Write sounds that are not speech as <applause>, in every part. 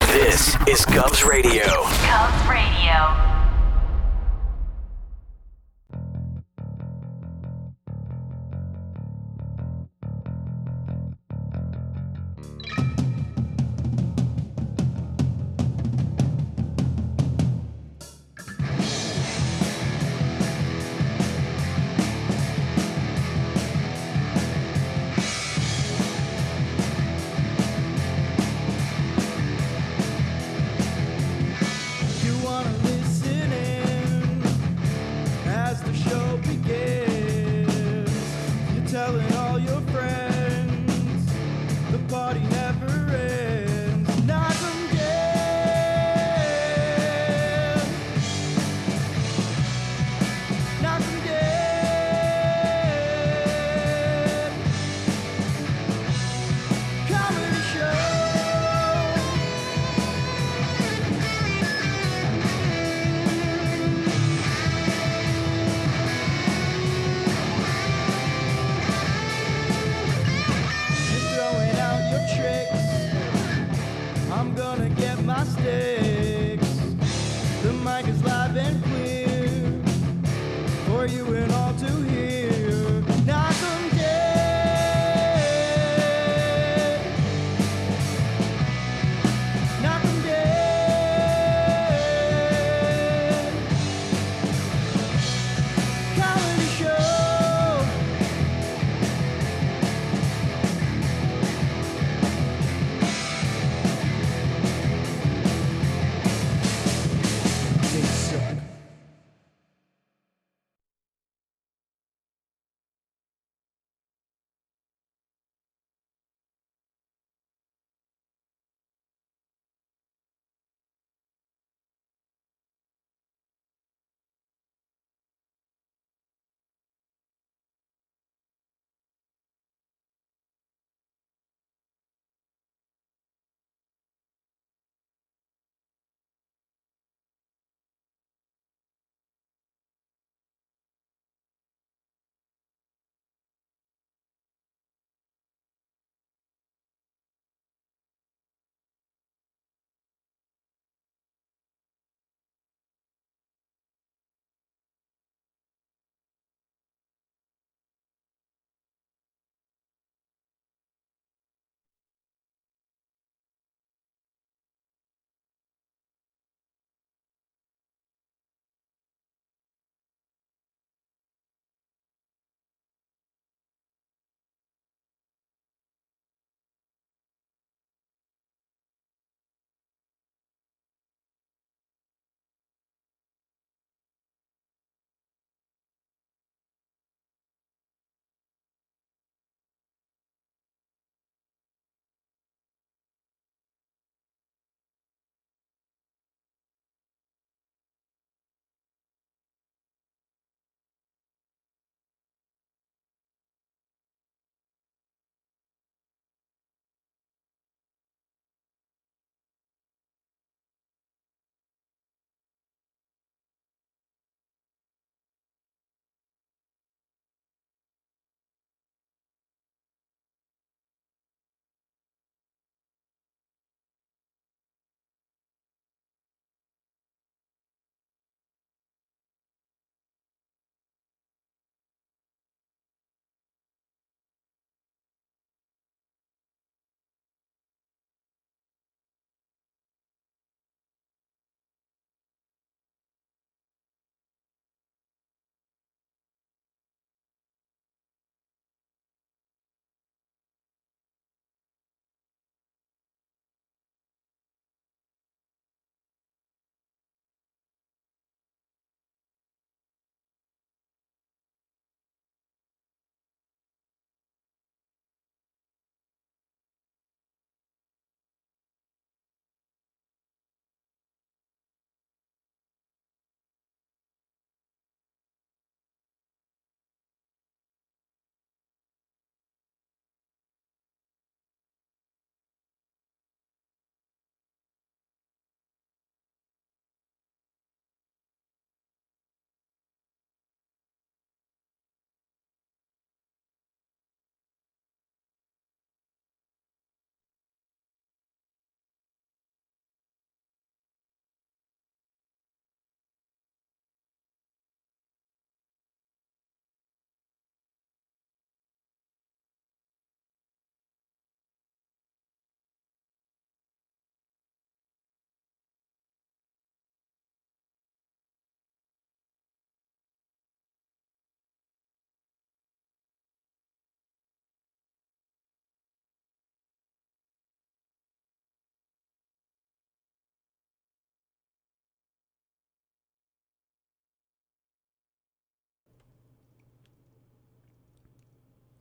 This is Cubs Radio. Cubs Radio. You wanna listen in as the show begins. You're telling all your friends the party never ends. Not again. Not again. Comedy show. You're throwing out your tricks. I'm gonna get my sticks. The mic is live and clear for you and all to hear. Knock 'em dead. Knock 'em dead. Comedy show. They suck.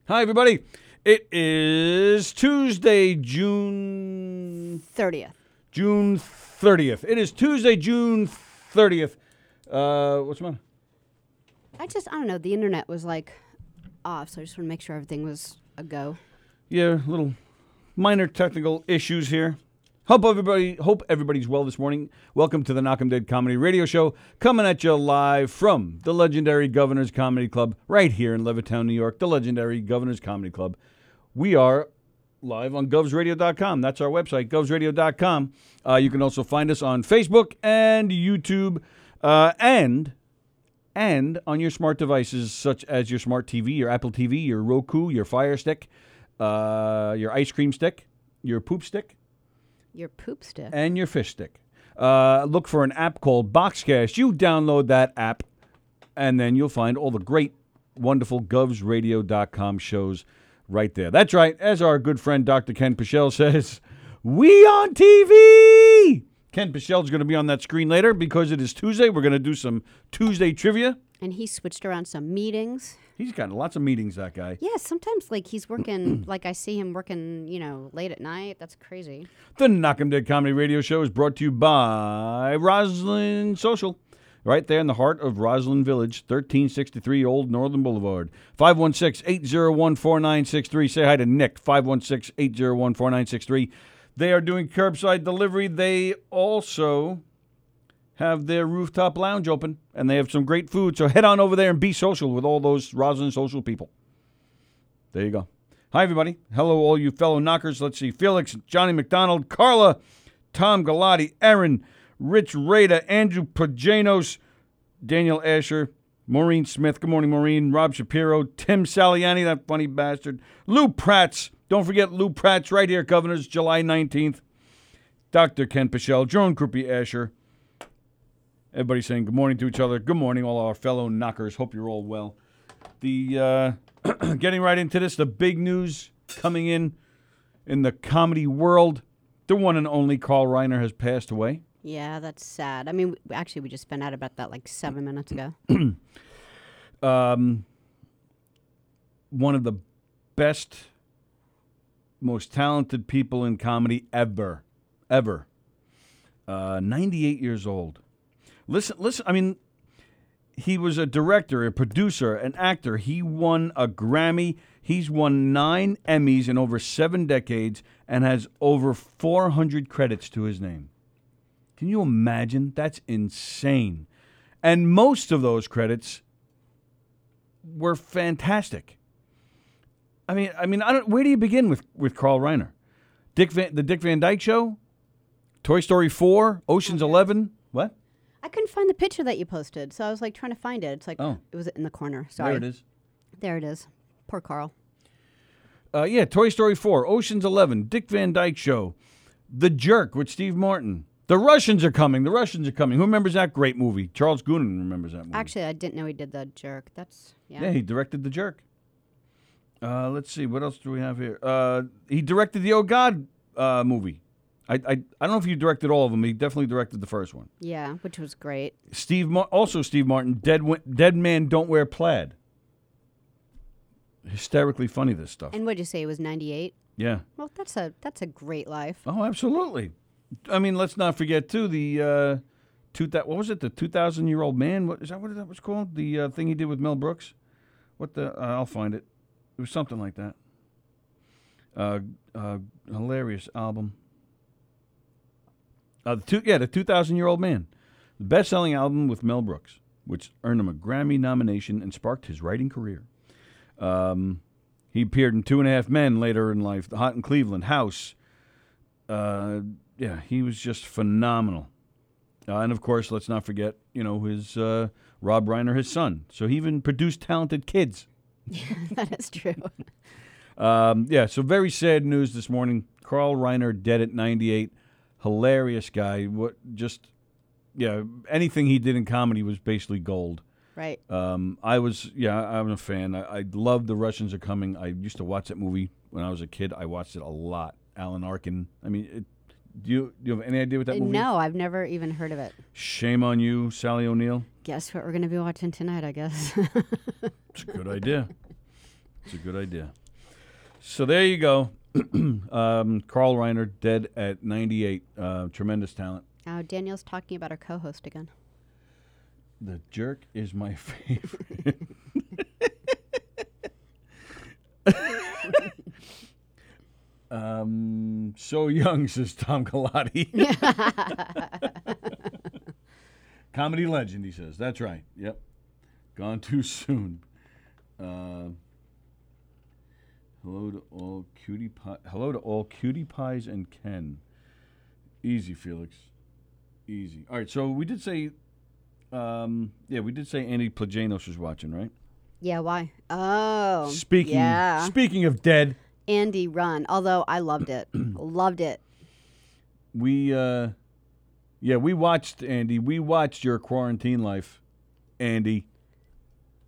Hi, everybody. It is Tuesday, June 30th. June 30th. It is Tuesday, June 30th. Uh, what's the matter? I just, I don't know, the internet was like off, so I just want to make sure everything was a go. Yeah, little minor technical issues here. Hope everybody hope everybody's well this morning. Welcome to the Knock 'em Dead Comedy Radio Show, coming at you live from the legendary Governor's Comedy Club right here in Levittown, New York. The legendary Governor's Comedy Club. We are live on govsradio.com. That's our website, govsradio.com. Uh, you can also find us on Facebook and YouTube uh, and and on your smart devices such as your smart TV, your Apple TV, your Roku, your Fire Stick, uh, your ice cream stick, your poop stick, Your poop stick. and your fish stick. Uh, look for an app called Boxcast. You download that app, and then you'll find all the great, wonderful govsradio.com shows right there. That's right. As our good friend Dr. Ken Pichel <laughs> says, we on TV. Ken Pichel's going to be on that screen later because it is Tuesday. We're going to do some Tuesday trivia. And he switched around some meetings. He's got lots of meetings, that guy. Yeah, sometimes like he's working, <clears throat> like I see him working, you know, late at night. That's crazy. The Knock 'em Dead Comedy Radio Show is brought to you by Roslyn Social. Right there in the heart of Roslyn Village, 1363 Old Northern Boulevard. 516 801 4963. Say hi to Nick, 516 801 4963. They are doing curbside delivery. They also have their rooftop lounge open and they have some great food. So head on over there and be social with all those Roslyn Social people. There you go. Hi, everybody. Hello, all you fellow knockers. Let's see. Felix, Johnny McDonald, Carla, Tom Galati, Aaron, Rich Rada, Andrew Pajanos, Daniel Asher, Maureen Smith. Good morning, Maureen. Rob Shapiro, Tim Saliani, that funny bastard. Lou Pratz. Don't forget Lou Pratz right here, Governors, July 19th. Dr. Ken Pichel, Joan Croupy Asher. Everybody saying good morning to each other. Good morning, all our fellow knockers. Hope you're all well the uh, <clears throat> getting right into this, the big news coming in in the comedy world. The one and only Carl Reiner has passed away. Yeah, that's sad. I mean, w- actually, we just found out about that like seven minutes ago. One of the best, most talented people in comedy ever, ever. Uh, 98 years old. Listen, listen. I mean, he was a director, a producer, an actor. He won a Grammy. He's won nine Emmys in over seven decades and has over 400 credits to his name. Can you imagine? That's insane. And most of those credits were fantastic. I mean, I mean, I don't. Where do you begin with with Carl Reiner? Dick Van, the Dick Van Dyke Show, Toy Story Four, Ocean's Eleven. What? I couldn't find the picture that you posted, so I was like trying to find it. It's like, Oh. it was in the corner. Sorry. There it is. There it is. Poor Carl. Uh, yeah, Toy Story 4, Ocean's 11, Dick Van Dyke Show, The Jerk with Steve Martin. The Russians are coming. The Russians are coming. Who remembers that great movie? Charles Goonan remembers that movie. Actually, I didn't know he did the jerk. That's, yeah. Mm. yeah, he directed The Jerk. Uh, let's see, what else do we have here? Uh, he directed the Oh God uh, movie. I, I, I don't know if he directed all of them. He definitely directed the first one. Yeah, which was great. Steve Mar- also Steve Martin, Dead, Wi- Dead Man Don't Wear Plaid. Hysterically funny, this stuff. And what'd you say? It was 98? yeah. Well, that's a that's a great life. Oh, absolutely. I mean, let's not forget too the uh, two that what was it the two thousand year old man? What is that? What that was called? The uh, thing he did with Mel Brooks. What the? Uh, I'll find it. It was something like that. Uh, uh, hilarious album. Uh, the two, yeah, the two thousand year old man, the best selling album with Mel Brooks, which earned him a Grammy nomination and sparked his writing career. Um, he appeared in Two and a Half Men later in life, The Hot in Cleveland, House, uh, yeah, he was just phenomenal. Uh, and of course, let's not forget, you know, his uh, Rob Reiner, his son. So he even produced talented kids. <laughs> that is true. <laughs> Um, yeah, so very sad news this morning. Carl Reiner dead at 98. Hilarious guy. What just, yeah, anything he did in comedy was basically gold. right. Um, I was, yeah, I'm a fan. I, I love The Russians Are Coming. I used to watch that movie when I was a kid. I watched it a lot. Alan Arkin. I mean, it, do you do you have any idea what that movie? is? Uh, No, I've never even heard of it. Shame on you, Sally O'Neill. <laughs> Guess what we're going to be watching tonight, I guess. It's a good idea. It's a good idea. So there you go. <clears throat> um, Carl Reiner, dead at 98. Uh, tremendous talent. Now Danielle's Oh, talking about her co-host again. The jerk is my <laughs> favorite. um, so young, says Tom Galati. Comedy legend, he says. That's right. Yep. Gone too soon. Uh, hello to all cutie pie. Hello to all cutie pies and Ken. Easy, Felix. Easy. All right. So we did say um, yeah, we did say Andy Plagianos was watching, right? Yeah, why? Oh, Speaking Yeah, speaking of dead, Andy Run. Although I <clears throat> loved it, loved it. we uh, yeah, we watched Andy. We watched your quarantine life, Andy.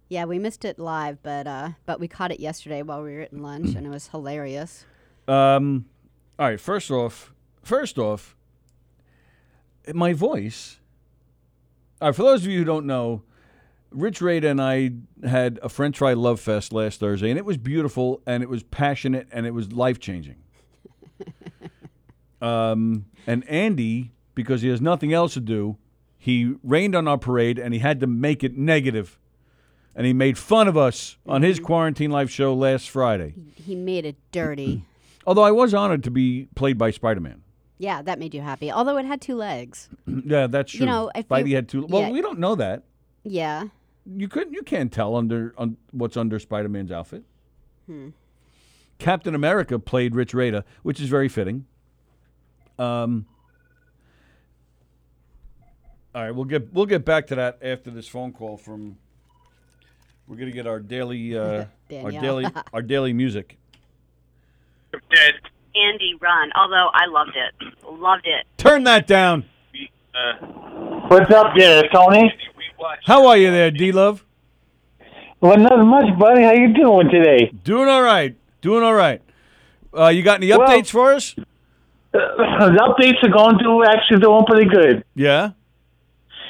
Yeah, we missed it live, but uh, but we caught it yesterday while we were at lunch, and it was hilarious. Um, all right, first off, first off, my voice. All right, for those of you who don't know, Rich Rada and I had a French fry love fest last Thursday, and it was beautiful, and it was passionate, and it was life changing. <laughs> um, and Andy, because he has nothing else to do, he rained on our parade, and he had to make it negative, and he made fun of us on his quarantine life show last Friday. He made it <clears throat> dirty. Although I was honored to be played by Spider Man. yeah, that made you happy. Although it had two legs. <clears throat> yeah, that's true. You know, if Spidey you- had two. Well, yeah. we don't know that. Yeah, You couldn't. You can't tell under un, what's under Spider Man's outfit. Hmm. Captain America played Rich Rada, which is very fitting. Um. All right, we'll get we'll get back to that after this phone call from. We're gonna get <laughs> our daily uh, our Danielle. daily our daily music. dead. Andy Run, although I loved it. Loved it. Turn that down. We, uh, What's up there, Tony? we watched. How are you there, D Love? Well, not much, buddy. How you doing today? Doing all right. Doing all right. Uh, you got any updates for us? Uh, the updates are going to actually doing pretty good. Yeah,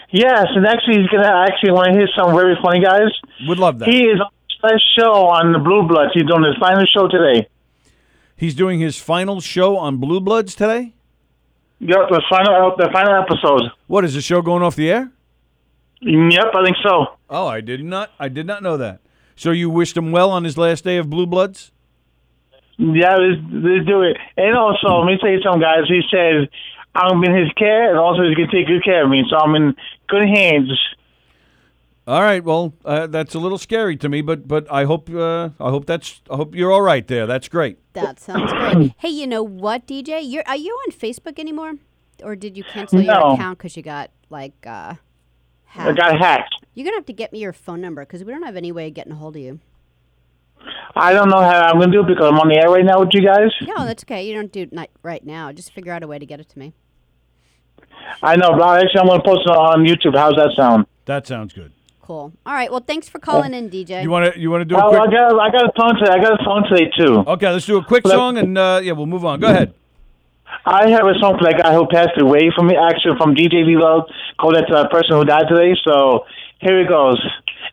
Yes, and actually, he's gonna actually want to hear some very funny guys. would love that. He is on his first show on the Blue Bloods. He's doing his final show today. He's doing his final show on Blue Bloods today. Yep, the final the final episode. What is the show going off the air? Yep, I think so. Oh, I did not. I did not know that. So you wished him well on his last day of Blue Bloods. Yeah, let's, let's do it. And also, let me tell you something, guys. He said I'm in his care, and also he's gonna take good care of me. So I'm in good hands. All right. Well, uh, that's a little scary to me, but but I hope uh, I hope that's I hope you're all right there. That's great. that sounds good. hey, you know what, DJ? You're are you on Facebook anymore, or did you cancel your No. account because you got like uh, I hacked? got hacked. You're gonna have to get me your phone number because we don't have any way of getting a hold of you. I don't know how I'm gonna do it because I'm on the air right now with you guys. No, that's okay. You don't do it ni- right now. Just figure out a way to get it to me. I know, but actually, I'm going to post it on YouTube. How's that sound? That sounds good. Cool. All right. Well, thanks for calling in, DJ. You want to you want to do Oh, a I quick? got, I got a phone today. I got a phone today too. Okay, let's do a quick song and uh, yeah, we'll move on. Go ahead. I have a song for that guy who passed away from me, actually from DJ Love, called that uh, person who died today. So here it goes.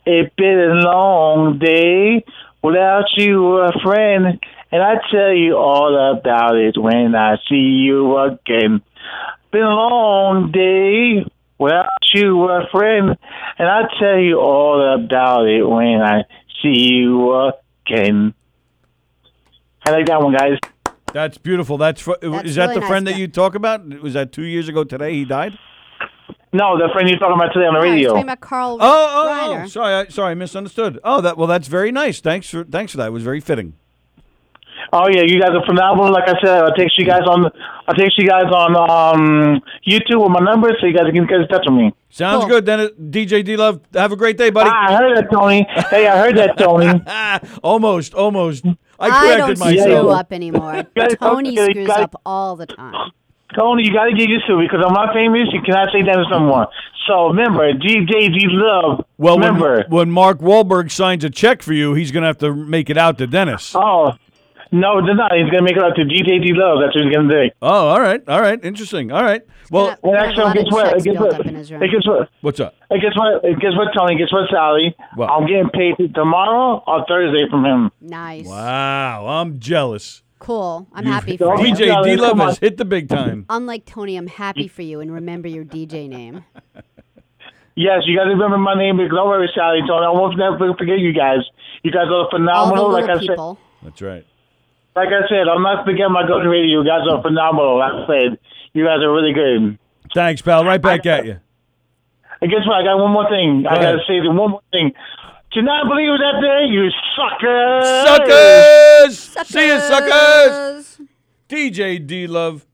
It's been a long day without you, a friend, and I tell you all about it when I see you again. Been a long day without you, a friend, and I tell you all about it when I see you again. I like that one, guys. That's beautiful. That's, fr- That's is that really the friend nice, that yeah. you talk about? Was that two years ago today? He died. No, the friend you're talking about today on the Oh, you're radio. talking about Carl Oh, oh, Reiner. oh sorry, I, sorry, I misunderstood. Oh, that well, that's very nice. Thanks for thanks for that. It was very fitting. Oh yeah, you guys are phenomenal. Like I said, I'll take you guys on. I'll take you guys on um, YouTube with my number, so you guys can get in touch with me. Sounds Cool. good. Then uh, DJ D Love, have a great day, buddy. Ah, I heard that, Tony. hey, I heard that, <laughs> Tony. Ah, almost, almost. I I corrected don't myself. screw Yeah. up anymore. Guys, Tony okay, screws guys. up all the time. Tony, you got to get used to it because I'm not famous. You cannot say that no more. So remember, GJG Love. Well, when, remember. when Mark Wahlberg signs a check for you, he's going to have to make it out to Dennis. oh. No, they're not. He's gonna make it up to DJ D Love. That's what he's gonna do. Oh, all right, all right, interesting. All right. Well, Gonna- And gonna have a actually, lot of guess what? checks Guess built what? up in his room. Hey, guess what? what's up? Hey, guess what? Hey, Guess what, Tony? Guess what, Sally? What? I'm getting paid tomorrow or Thursday from him. Nice. Wow, I'm jealous. Cool. I'm happy for Don't you. be DJ jealous, D Love come on. has hit the big time. Unlike Tony, I'm happy for you and remember your DJ name. Yes, you guys remember my name. Don't worry, Sally, Tony. I won't never forget you guys. You guys are Um, All the phenomenal. little Like I said, people. That's right. like I said, I'm not forgetting my golden radio. You guys are phenomenal. Like I said, you guys are really good. Thanks, pal. Right back at you. And guess what? I got one more thing. I Go gotta ahead. say the one more thing. Do you not believe that day, you sucker? Suckers! See you, suckers! DJ D Love,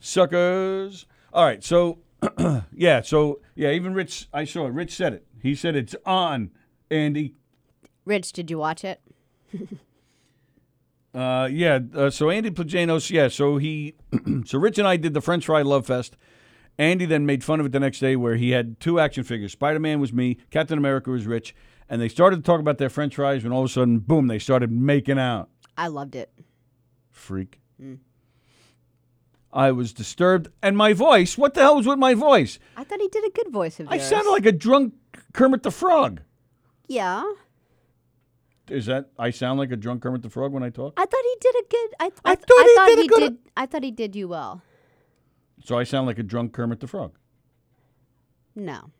suckers. All right, so <clears throat> yeah, so yeah, even Rich, I saw it. Rich said it. He said it's on, Andy. Rich, did you watch it? Uh, yeah, uh, so Andy Plajanos, yeah, so he, <clears throat> so Rich and I did the French Fry Love Fest. Andy then made fun of it the next day where he had two action figures. Spider Man was me, Captain America was Rich, and they started to talk about their French fries when all of a sudden, boom, they started making out. I loved it. freak. I was disturbed, and my voice. What the hell was with my voice? I thought he did a good voice of I yours. sounded like a drunk Kermit the Frog. yeah. Is that I sound like a drunk Kermit the Frog when I talk? I thought he did a good. I, I I, thought he thought did a he good- did. I thought he did you well. So I sound like a drunk Kermit the Frog. No.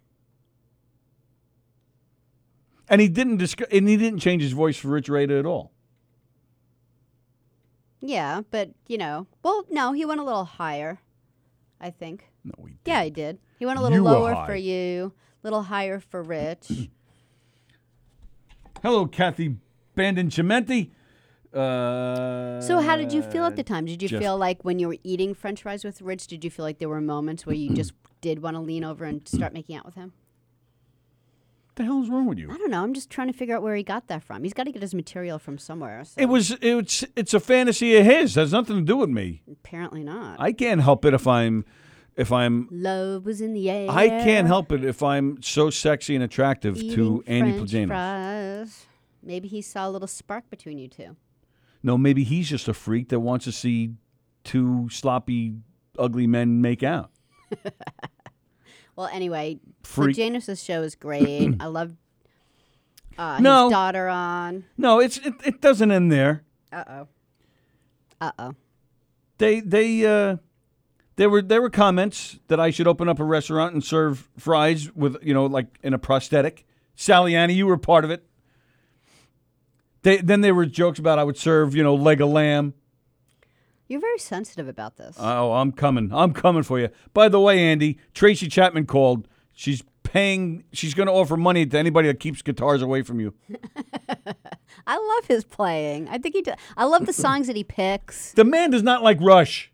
And he didn't disc- and he didn't change his voice for Rich Rada at all. Yeah, but you know, well, no, he went a little higher. I think. No, we. Yeah, he did. He went a little You were lower high. for you, little higher for Rich. Hello, Kathy Bandon Chimenti. Uh, so, how did you feel at the time? Did you just- feel like when you were eating French fries with Rich, did you feel like there were moments <clears throat> where you just did want to lean over and start making out with him? What the hell is wrong with I you? don't know. I'm just trying to figure out where he got that from. He's got to get his material from somewhere. So It was it's it's a fantasy of his. Has nothing to do with me. apparently not. I can't help it if I'm if I'm Love was in the air. I can't help it if I'm so sexy and attractive to eating Andy French Plajanos. fries. Maybe he saw a little spark between you two. No, maybe he's just a freak that wants to see two sloppy, ugly men make out. Well, anyway, Freak. the Janus's show <clears throat> is great. I love uh, No. his daughter on. No, it's it, it doesn't end there. Uh oh. Uh oh. They they uh, there were there were comments that I should open up a restaurant and serve fries with you know like in a prosthetic. Sally Annie, you were part of it. They, then there were jokes about I would serve you know leg of lamb. You're very sensitive about this. Oh, I'm coming. I'm coming for you. By the way, Andy, Tracy Chapman called. She's paying. She's going to offer money to anybody that keeps guitars away from you. I love his playing. I think he does. <clears throat> I love the songs that he picks. The man does not like Rush.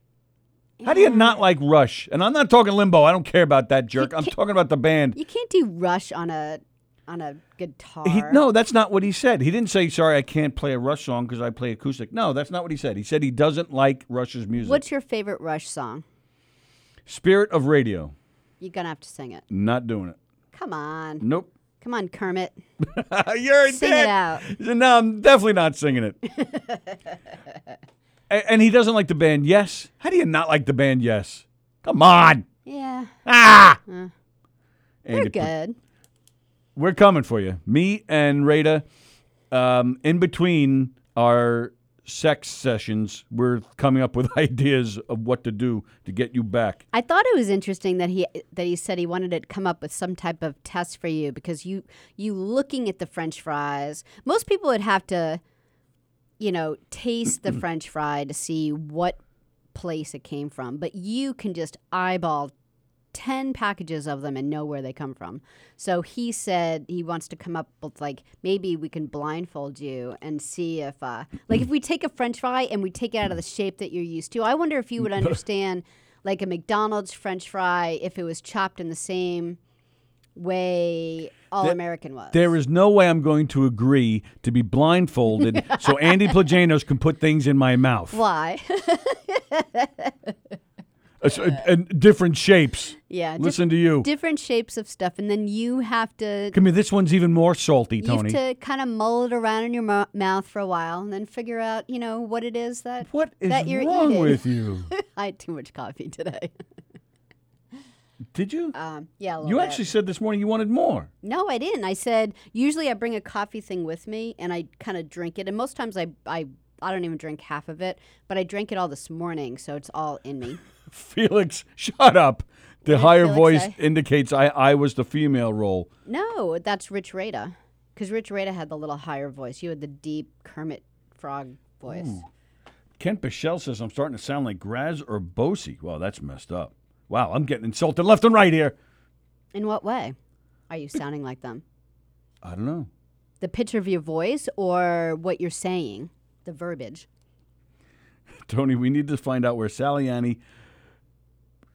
How do you not like Rush? And I'm not talking Limbo. I don't care about that jerk. I'm talking about the band. You can't do Rush on a on a guitar. He, no, that's not what he said. He didn't say, "Sorry, I can't play a Rush song because I play acoustic." No, that's not what he said. He said he doesn't like Rush's music. What's your favorite Rush song? Spirit of Radio. You're gonna have to sing it. Not doing it. Come on. Nope. <laughs> Come on, Kermit. You're a Sing dick. it out. No, I'm definitely not singing it. <laughs> A- and he doesn't like the band Yes. How do you not like the band Yes? Come on. Yeah. Ah. They're Andy, good. We're coming for you. Me and Rada, um, in between our sex sessions, we're coming up with <laughs> ideas of what to do to get you back. I thought it was interesting that he that he said he wanted to come up with some type of test for you because you you looking at the French fries. Most people would have to, you know, taste the French fry to see what place it came from, but you can just eyeball ten packages of them and know where they come from. So he said he wants to come up with like maybe we can blindfold you and see if uh, like if we take a French fry and we take it out of the shape that you're used to. I wonder <laughs> if you would understand like a McDonald's French fry if it was chopped in the same way all American was. There is no way I'm going to agree to be <laughs> blindfolded so Andy Plajanos can put things in my mouth. Why? It's, uh, and different shapes. <laughs> Yeah. Uh, diff- Listen to you. Different shapes of stuff, and then you have to Come here. This one's even more salty, you have Tony. to kind of mull it around in your mou- mouth for a while, and then figure out you know what it is that What is that you're wrong eating. with you? <laughs> I had too much coffee today. <laughs> Did you? Um, yeah. A little you bit. actually said this morning you wanted more. No, I didn't. I said usually I bring a coffee thing with me and I kind of drink it. And most times I, I I don't even drink half of it, but I drank it all this morning, so it's all <laughs> in me. Felix, shut up. The higher Felix voice say? indicates I, I was the female role. No, that's Rich Rada, because Rich Rada had the little higher voice. You had the deep Kermit Frog voice. Kent Bichelle says I'm starting to sound like Graz or Bosey. Wow, that's messed up. Wow, I'm getting insulted left and right here. In what way are you sounding like them? I don't know. The pitch of your voice or what you're saying, the verbiage. Tony, we need to find out where Sally Annie,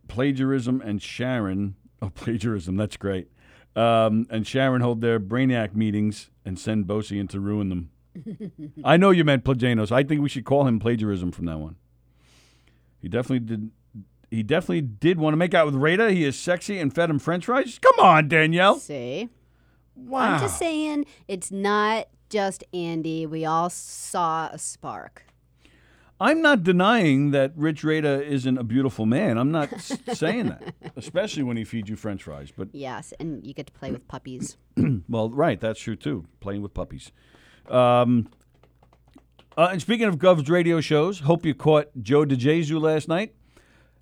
plagiarism, and Sharon, oh, <laughs> plagiarism, that's great, um, and Sharon hold their Brainiac meetings and send Bosey in to ruin <laughs> them. I know you meant Plagianos. I think we should call him plagiarism from now on. He definitely did. He definitely did want to make out with Rada. He is sexy and fed him French fries. Come on, Danielle. See, Wow. I'm just saying it's not just Andy. We all saw a spark. I'm not denying that Rich Rada isn't a beautiful man. I'm not s- <laughs> saying that, especially when he feeds you French fries. But Yes, and you get to play with puppies. Well, right, that's true too. Playing with puppies. Um, uh, and speaking of Gov's radio shows, hope you caught Joe DeJesu last night.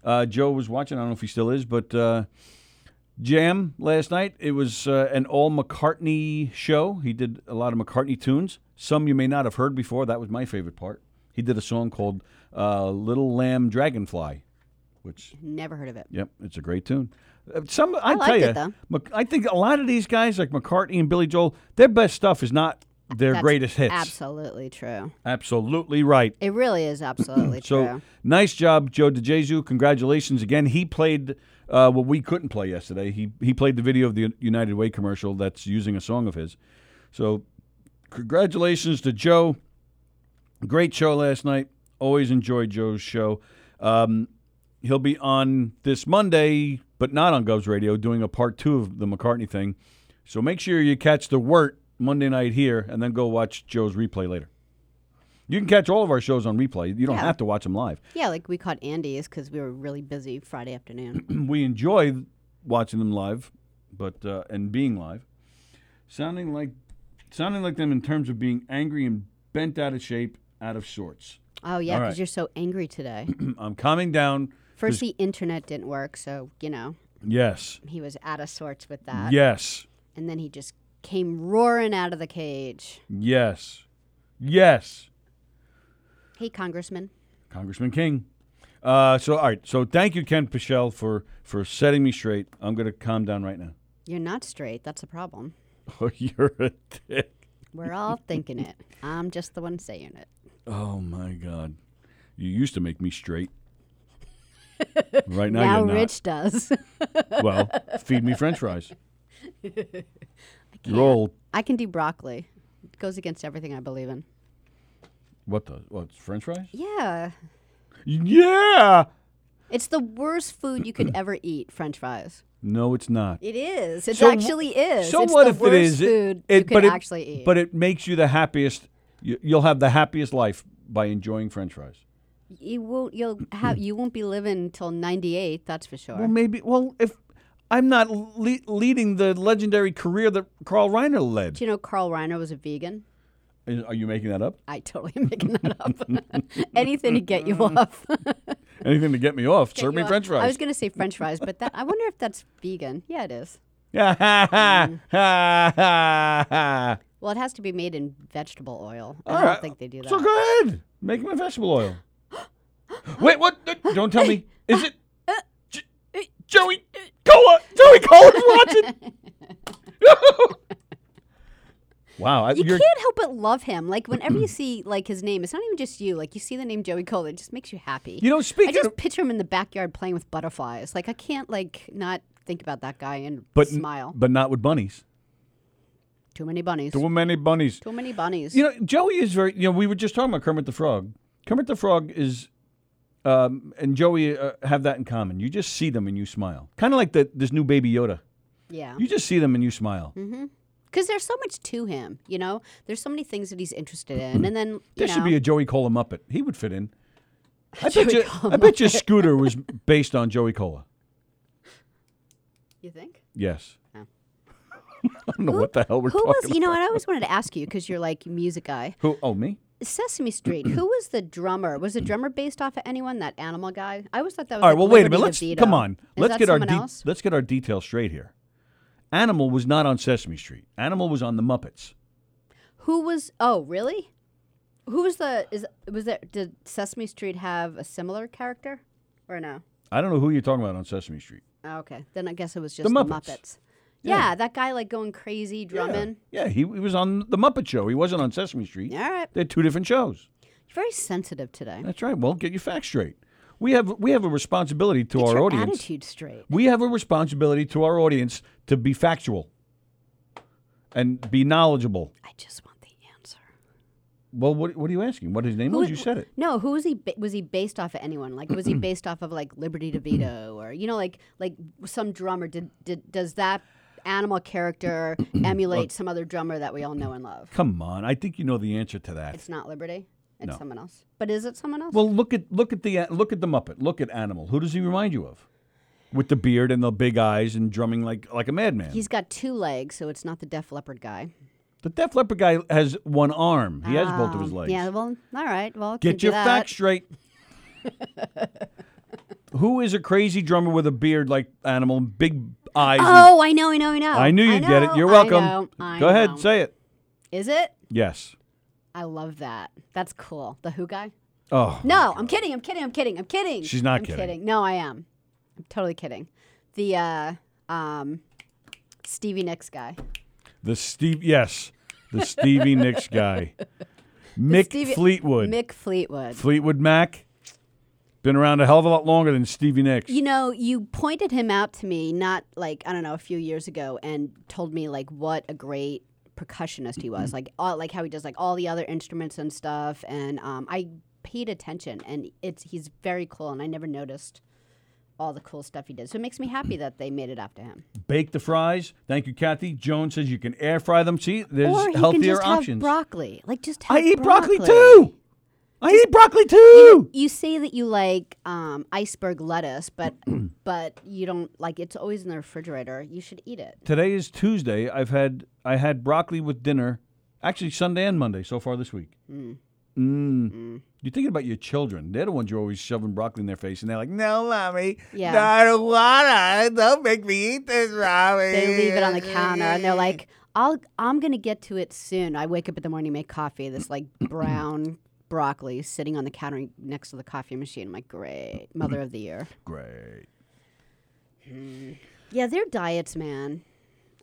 Uh, Joe was watching. I don't know if he still is, but uh, Jam last night. It was uh, an all McCartney show. He did a lot of McCartney tunes. Some you may not have heard before. That was my favorite part. He did a song called uh, "Little Lamb Dragonfly," which Never heard of it. Yep, it's a great tune. Uh, Some I, liked tell it, you, though. Mc- I think a lot of these guys like McCartney and Billy Joel, their best stuff is not their That's greatest hits. Absolutely true. Absolutely right. It really is absolutely <clears throat> So true. nice job, Joe DeJesu. Congratulations again. He played uh, what we couldn't play yesterday. He he played the video of the United Way commercial that's using a song of his. So congratulations to Joe. Great show last night. Always enjoy Joe's show. Um, he'll be on this Monday, but not on Gov's Radio, doing a part two of the McCartney thing. So make sure you catch the Wirt Monday night here, and then go watch Joe's replay later. You can catch all of our shows on replay. You don't Yeah. have to watch them live. Yeah, like we caught Andy's because we were really busy Friday <clears throat> afternoon. we enjoy watching them live, but uh, and being live, sounding like sounding like them in terms of being angry and bent out of shape, out of sorts. <clears throat> Oh yeah, All because right. you're so angry <clears throat> today. I'm calming down. First, the internet didn't work, so you know Yes, he was out of sorts with that. yes, And then he just came roaring out of the cage. yes, yes. Hey, Congressman. Congressman King. Uh, so all right. So thank you, Ken Pichelle, for for setting me straight. I'm gonna calm down right now. <laughs> You're not straight. That's a problem. Oh, you're a dick. <laughs> We're all thinking it. I'm just the one saying it. Oh my God. You used to make me <laughs> straight. right now, now you're not. Rich does. <laughs> Well, feed me French <laughs> fries. You're old. I can do broccoli. It goes against everything I believe in. What the? What French fries? Yeah, Yeah. It's the worst food you could <clears throat> ever eat, French fries. No, it's not. It is. It So wh- actually is. So it's what the if worst it is? It- food it- you could but it- actually eat. But it makes you the happiest. You, you'll have the happiest life by enjoying French fries. you won't. You'll have. You won't be living till ninety eight. That's for sure. Well, maybe. Well, if I'm not le- leading the legendary career that Carl Reiner led, Do you know Carl Reiner was a vegan? Is- are you making that up? I totally am making that <laughs> up. <laughs> Anything to get you off. <laughs> Anything to get me off? Serve You me know, French I was fries. gonna say French fries, but that I wonder if that's vegan. Yeah, it is. <laughs> Ha ha ha ha ha ha. Well, it has to be made in vegetable oil. I All don't right. think they do that. So go ahead. Make them a vegetable oil. <gasps> Wait, what? Uh, Don't tell me. Is it J- Joey Cola? Joey Cola's watching. <laughs> wow, I, you you're- can't help but love him. Like whenever <clears throat> you see like his name, it's not even just you. Like you see the name Joey Cole, it just makes you happy. you know. I Speaking, just of, picture him in the backyard playing with butterflies. Like I can't like not think about that guy and but smile. but not with bunnies. Too many bunnies. Too many bunnies. Too many bunnies. You know, Joey is very. You know, we were just talking about Kermit the Frog. Kermit the Frog is um, and Joey uh, have that in common. You just see them and you smile, kind of like the, this new Baby Yoda. Yeah. You just see them and you smile. Because there's so much to him, you know? There's so many things that he's interested in. And then, you There know, should be a Joey Cola Muppet. He would fit <laughs> in. I bet Joey you. Cola I bet you Scooter <laughs> was based on Joey Cola. you think? Yes. <laughs> I don't know what the hell we're Who talking was, you know, and I always wanted to ask you because you're like music guy. Who? Oh, me? Sesame Street, who was the drummer? Was the drummer based off of anyone? That animal guy? I always thought that was All right. like Well, wait a minute. Liberty Let's DeVito. come on. Is let's that get our someone de- else? let's get our details straight here. Animal was not on Sesame Street. Animal was on the Muppets. Who was? Oh, really? Who was the? Is was there? Did Sesame Street have a similar character, or no? I don't know who you're talking about on Sesame Street. Oh, okay, then I guess it was just The the Muppets. Muppets. Yeah. Yeah. that guy like going crazy drumming. Yeah, he, he was on the Muppet Show. He wasn't on Sesame Street. All right, They're two different shows. You're very sensitive today. That's right. Well, get your facts straight. We have we have a responsibility to Get our your audience. attitude straight. We have a responsibility to our audience to be factual and be knowledgeable. I just want the answer. Well, what, what are you asking? What his name Who was? was- You said it. No, who was he? Ba- was he based off of anyone? <clears throat> Like, was he based off of like Liberty DeVito, or you know, like like some drummer? Did, did does that <clears throat> animal character emulate some other drummer that we all know and love? Come on, I think you know the answer to that. It's not Liberty. It's No. someone else. But is it someone else? Well, look at look at the look at the Muppet. Look at Animal. Who does he remind you of? With the beard and the big eyes and drumming like like a madman. he's got two legs, so it's not the Def Leopard guy. the Def Leppard guy has one arm. He has both of his Um, legs. Yeah. Well, all right. Well, can Get do your that. facts <laughs> straight. Who is a crazy drummer with a beard like Animal, and big eyes? and- Oh, I know, I know, I know. I knew you'd get it. know, You're I welcome. know, I Go ahead, know. say it. Is it? Yes. I love that. That's cool. The Who guy. Oh, No, I'm kidding. I'm kidding. I'm kidding. I'm kidding. She's not I'm kidding. No, I am. I'm totally kidding. The uh, um, Stevie Nicks guy. the Steve. Yes, the Stevie Nicks <laughs> guy, Mick Stevie- Fleetwood. Mick Fleetwood. Fleetwood Mac. Been around a hell of a lot longer than Stevie Nicks. You know, you pointed him out to me not like, I don't know, a few years ago and told me like what a great percussionist he was. Like all, like how he does like all the other instruments and stuff and um, I paid attention and it's he's very cool and I never noticed all the cool stuff he did. So it makes me happy that they made it after him. Bake the fries. Thank you, Kathy. Joan says you can air fry them. See, there's or he healthier can just options. have broccoli. Like just have I eat broccoli, broccoli too. I eat broccoli too. you say that you like um, iceberg <clears throat> lettuce, but but you don't like it's always in the refrigerator. You should eat it. Today is Tuesday. I've had I had broccoli with dinner, actually Sunday and Monday so far this week. Mm. Mm-hmm. You're thinking about your children. They're the ones you're always shoving broccoli in their face, and they're like, "No, mommy, Yeah. no, I don't wanna. Don't make me eat this, mommy." They leave it on the counter and they're like, "I'll I'm gonna get to it soon." I wake up in the morning, make coffee. <clears throat> This like brown broccoli sitting on the counter next to the coffee machine. I'm like, "Great, mother of the year." "Great." Yeah, their diets, man.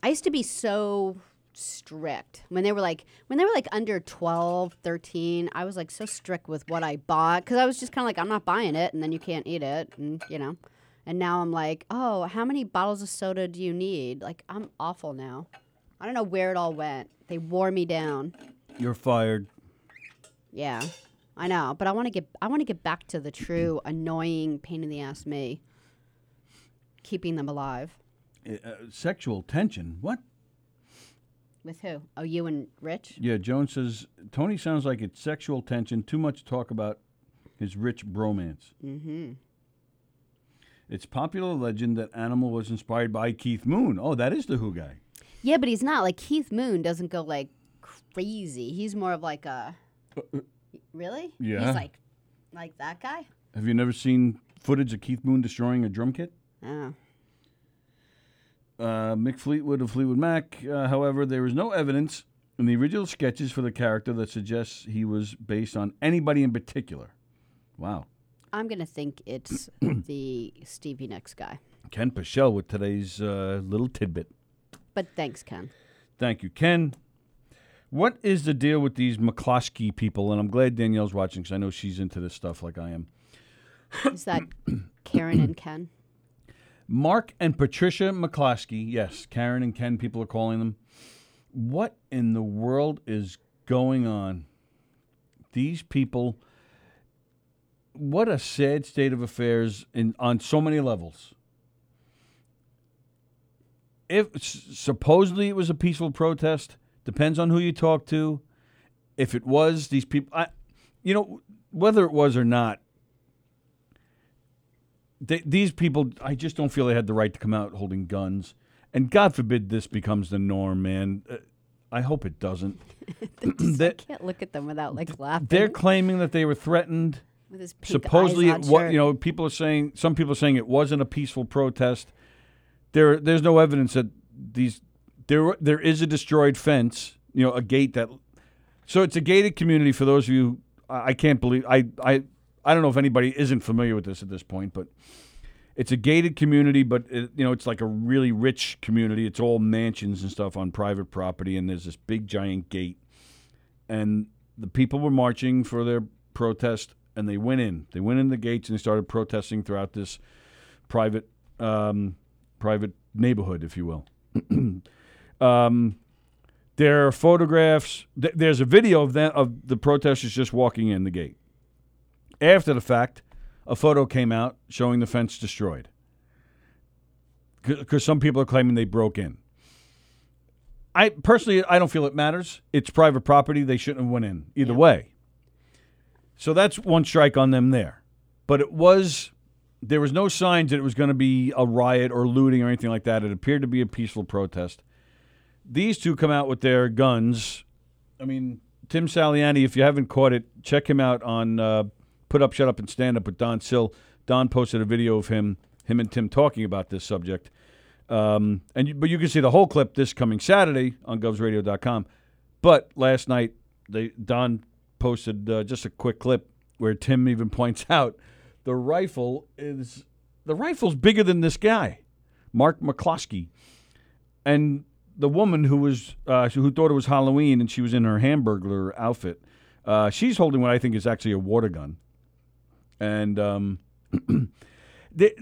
I used to be so strict when they were like when they were like under 12 13 i was like so strict with what i bought because i was just kind of like i'm not buying it and then you can't eat it and you know and now i'm like oh how many bottles of soda do you need like i'm awful now i don't know where it all went they wore me down You're fired. yeah i know but i want to get i want to get back to the true annoying pain in the ass me keeping them alive Uh, uh, sexual tension. What? With who? Oh, you and Rich? Yeah, Joan says Tony sounds like it's sexual tension. Too much talk about his rich bromance. Mm-hmm. It's popular legend that Animal was inspired by Keith Moon. Oh, that is the Who guy. Yeah, but he's not like Keith Moon doesn't go like crazy. He's more of like a really? Uh, Yeah. He's like like that guy? Have you never seen footage of Keith Moon destroying a drum kit? Oh. Uh, Mick Fleetwood of Fleetwood Mac. Uh, however, there is no evidence in the original sketches for the character that suggests he was based on anybody in particular. Wow. I'm gonna think <coughs> it's the Stevie Nicks guy. Ken Pichelle with today's uh, little tidbit. But thanks, Ken. Thank you, Ken. What is the deal with these McCloskey people? And I'm glad Danielle's watching because I know she's into this stuff like I am. <coughs> Is that Karen and Ken? Mark and Patricia McCloskey. Yes, Karen and Ken, people are calling them. What in the world is going on? These people, what a sad state of affairs in on so many levels. If s- supposedly it was a peaceful protest, depends on who you talk to. If it was, these people, I, you know, whether it was or not, they, these people, I just don't feel they had the right to come out holding guns. And God forbid this becomes the norm, man. Uh, I hope it doesn't. I They- can't look at them without like laughing. they're claiming that they were threatened with his pink supposedly eyes it on wa- shirt. you know people are saying some people are saying it wasn't a peaceful protest there there's no evidence that these there there is a destroyed fence you know a gate that so it's a gated community for those of you I, I can't believe I I I don't know if anybody isn't familiar with this at this point but it's a gated community but it, you know it's like a really rich community it's all mansions and stuff on private property and there's this big giant gate and the people were marching for their protest and they went in they went in the gates and they started protesting throughout this private um, private neighborhood if you will <clears throat> um, there are photographs th- there's a video of them of the protesters just walking in the gate after the fact a photo came out showing the fence destroyed because some people are claiming they broke in I personally, I don't feel it matters. It's private property. They shouldn't have went in either way. So that's one strike on them there. But it was there was no signs that it was going to be a riot or looting or anything like that. It appeared to be a peaceful protest. These two come out with their guns. I mean, Tim Saliani, if you haven't caught it, check him out on uh, Put Up, Shut Up, and Stand Up with Don Sill. Don posted a video of him, him and Tim talking about this subject. Um, and you, but you can see the whole clip this coming Saturday on govsradio.com. But last night, they, Don posted uh, just a quick clip where Tim even <laughs> points out the rifle is the rifle's bigger than this guy, Mark McCloskey, and the woman who was uh, who thought it was Halloween and she was in her Hamburglar outfit. Uh, she's holding what I think is actually a water gun, and um, <clears throat> they,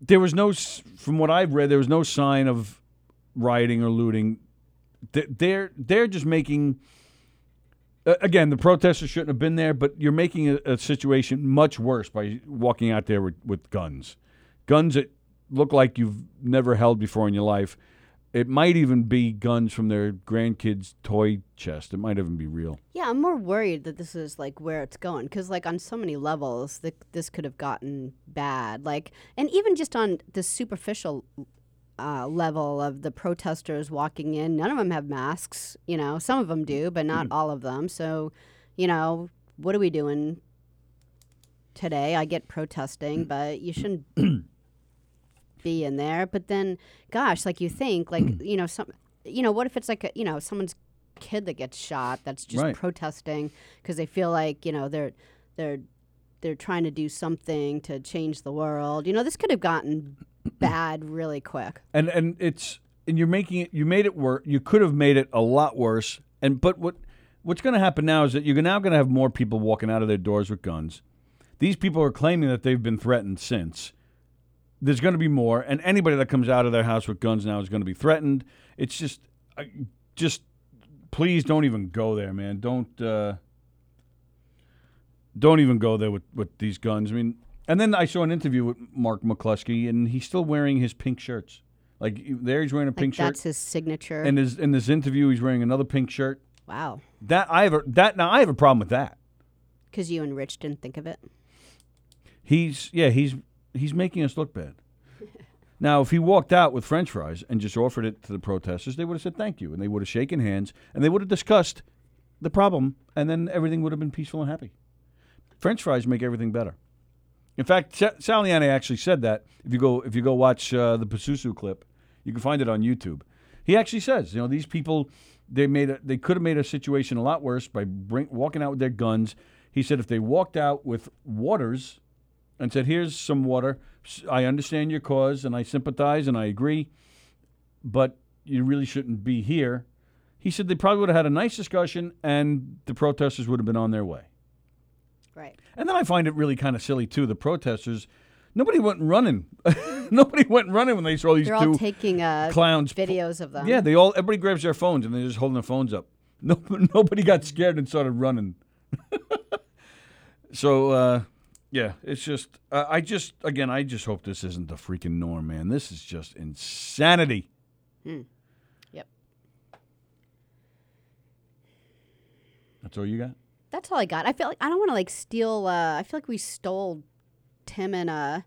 there was no, s- from what I've read, there was no sign of rioting or looting. Th- They're they're just making. a- Again, the protesters shouldn't have been there, but you're making a, a situation much worse by walking out there with, with guns, guns that look like you've never held before in your life. It might even be guns from their grandkids' toy chest. It might even be real. Yeah, I'm more worried that this is like where it's going because, like, on so many levels, th- this could have gotten bad. Like, and even just on the superficial uh, level of the protesters walking in, none of them have masks. You know, some of them do, but not all of them. So, you know, what are we doing today? I get protesting, but you shouldn't be in there. But then, gosh, like you think, like you know, some, you know, what if it's like a, you know someone's kid that gets shot that's just Right. protesting because they feel like you know they're they're they're trying to do something to change the world. You know, this could have gotten bad really quick. and and it's and you're making it you made it worse you could have made it a lot worse and but what what's going to happen now is that you're now going to have more people walking out of their doors with guns these people are claiming that they've been threatened since there's going to be more and anybody that comes out of their house with guns now is going to be threatened it's just I- just please don't even go there man don't uh don't even go there with, with these guns. I mean, and then I saw an interview with Mark McCluskey, and he's still wearing his pink shirts. Like there, he's wearing a Like pink that's shirt, his signature. and his in this interview, he's wearing another pink shirt. wow, That I have a, that now I have a problem with that. because you and Rich didn't think of it. He's yeah, he's he's making us look bad. Now, if he walked out with French fries and just offered it to the protesters, they would have said thank you, and they would have shaken hands, and they would have discussed the problem, and then everything would have been peaceful and happy. French fries make everything better. In fact, Sa- Saliani actually said that. If you go, if you go watch uh, the Pasusu clip, you can find it on YouTube. He actually says, you know, these people, they made, a, they could have made a situation a lot worse by bring, walking out with their guns. He said if they walked out with waters and said, "Here's some water. S- I understand your cause, and I sympathize, and I agree, but you really shouldn't be here." He said they probably would have had a nice discussion, and the protesters would have been on their way. Right. And then I find it really kind of silly too. The protesters, nobody went running. <laughs> nobody went running when they saw these They're two all taking uh, clowns. pu- videos of them. Yeah, they all everybody grabs their phones and they're just holding their phones up. <laughs> No, nobody got scared and started running. <laughs> so uh, Yeah, it's just uh, I just again I just hope this isn't the freaking norm, man. This is just insanity. Yep. That's all you got? That's all I got. I feel like I don't want to like steal. Uh, I feel like we stole Tim and uh,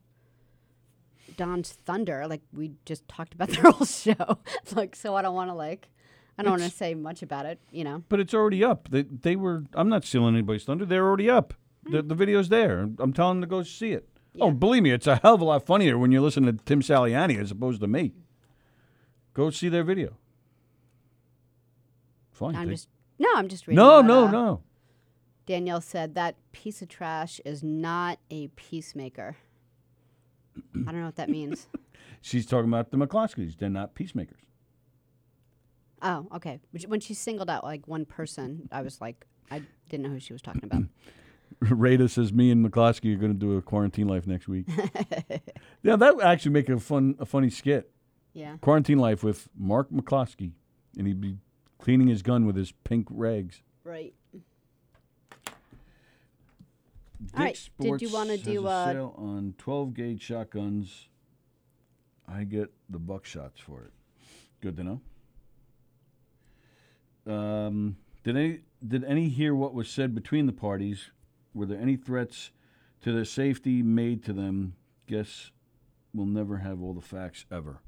Don's thunder. Like we just talked about <laughs> their whole show. like so, I don't want to like. I don't want to say much about it. You know. But it's already up. They they were I'm not stealing anybody's thunder. They're already up. The, the video's there. I'm- I'm telling them to go see it. Oh, believe me, it's a hell of a lot funnier when you listen to Tim Saliani as opposed to me. Go see their video. Fine. I'm take- just no. I'm just reading. no, what, no, uh, no. Danielle said that piece of trash is not a peacemaker. I don't know what that means. She's talking about the McCloskeys. They're not peacemakers. <laughs> Oh, okay. Which- When she singled out like one person, I was like, I didn't know who she was talking about. Rada says me and McCloskey are going to do a quarantine life next week. yeah, that would actually make a fun, a funny skit. <clears throat> Yeah. Quarantine life with Mark McCloskey, and he'd be cleaning his gun with his pink rags. Right. Dick's All right, did you wanna do, a uh, sale on twelve gauge shotguns? I get the buckshots for it. Good to know. Um, did any did any hear what was said between the parties? Were there any threats to their safety made to them? Guess we'll never have all the facts ever.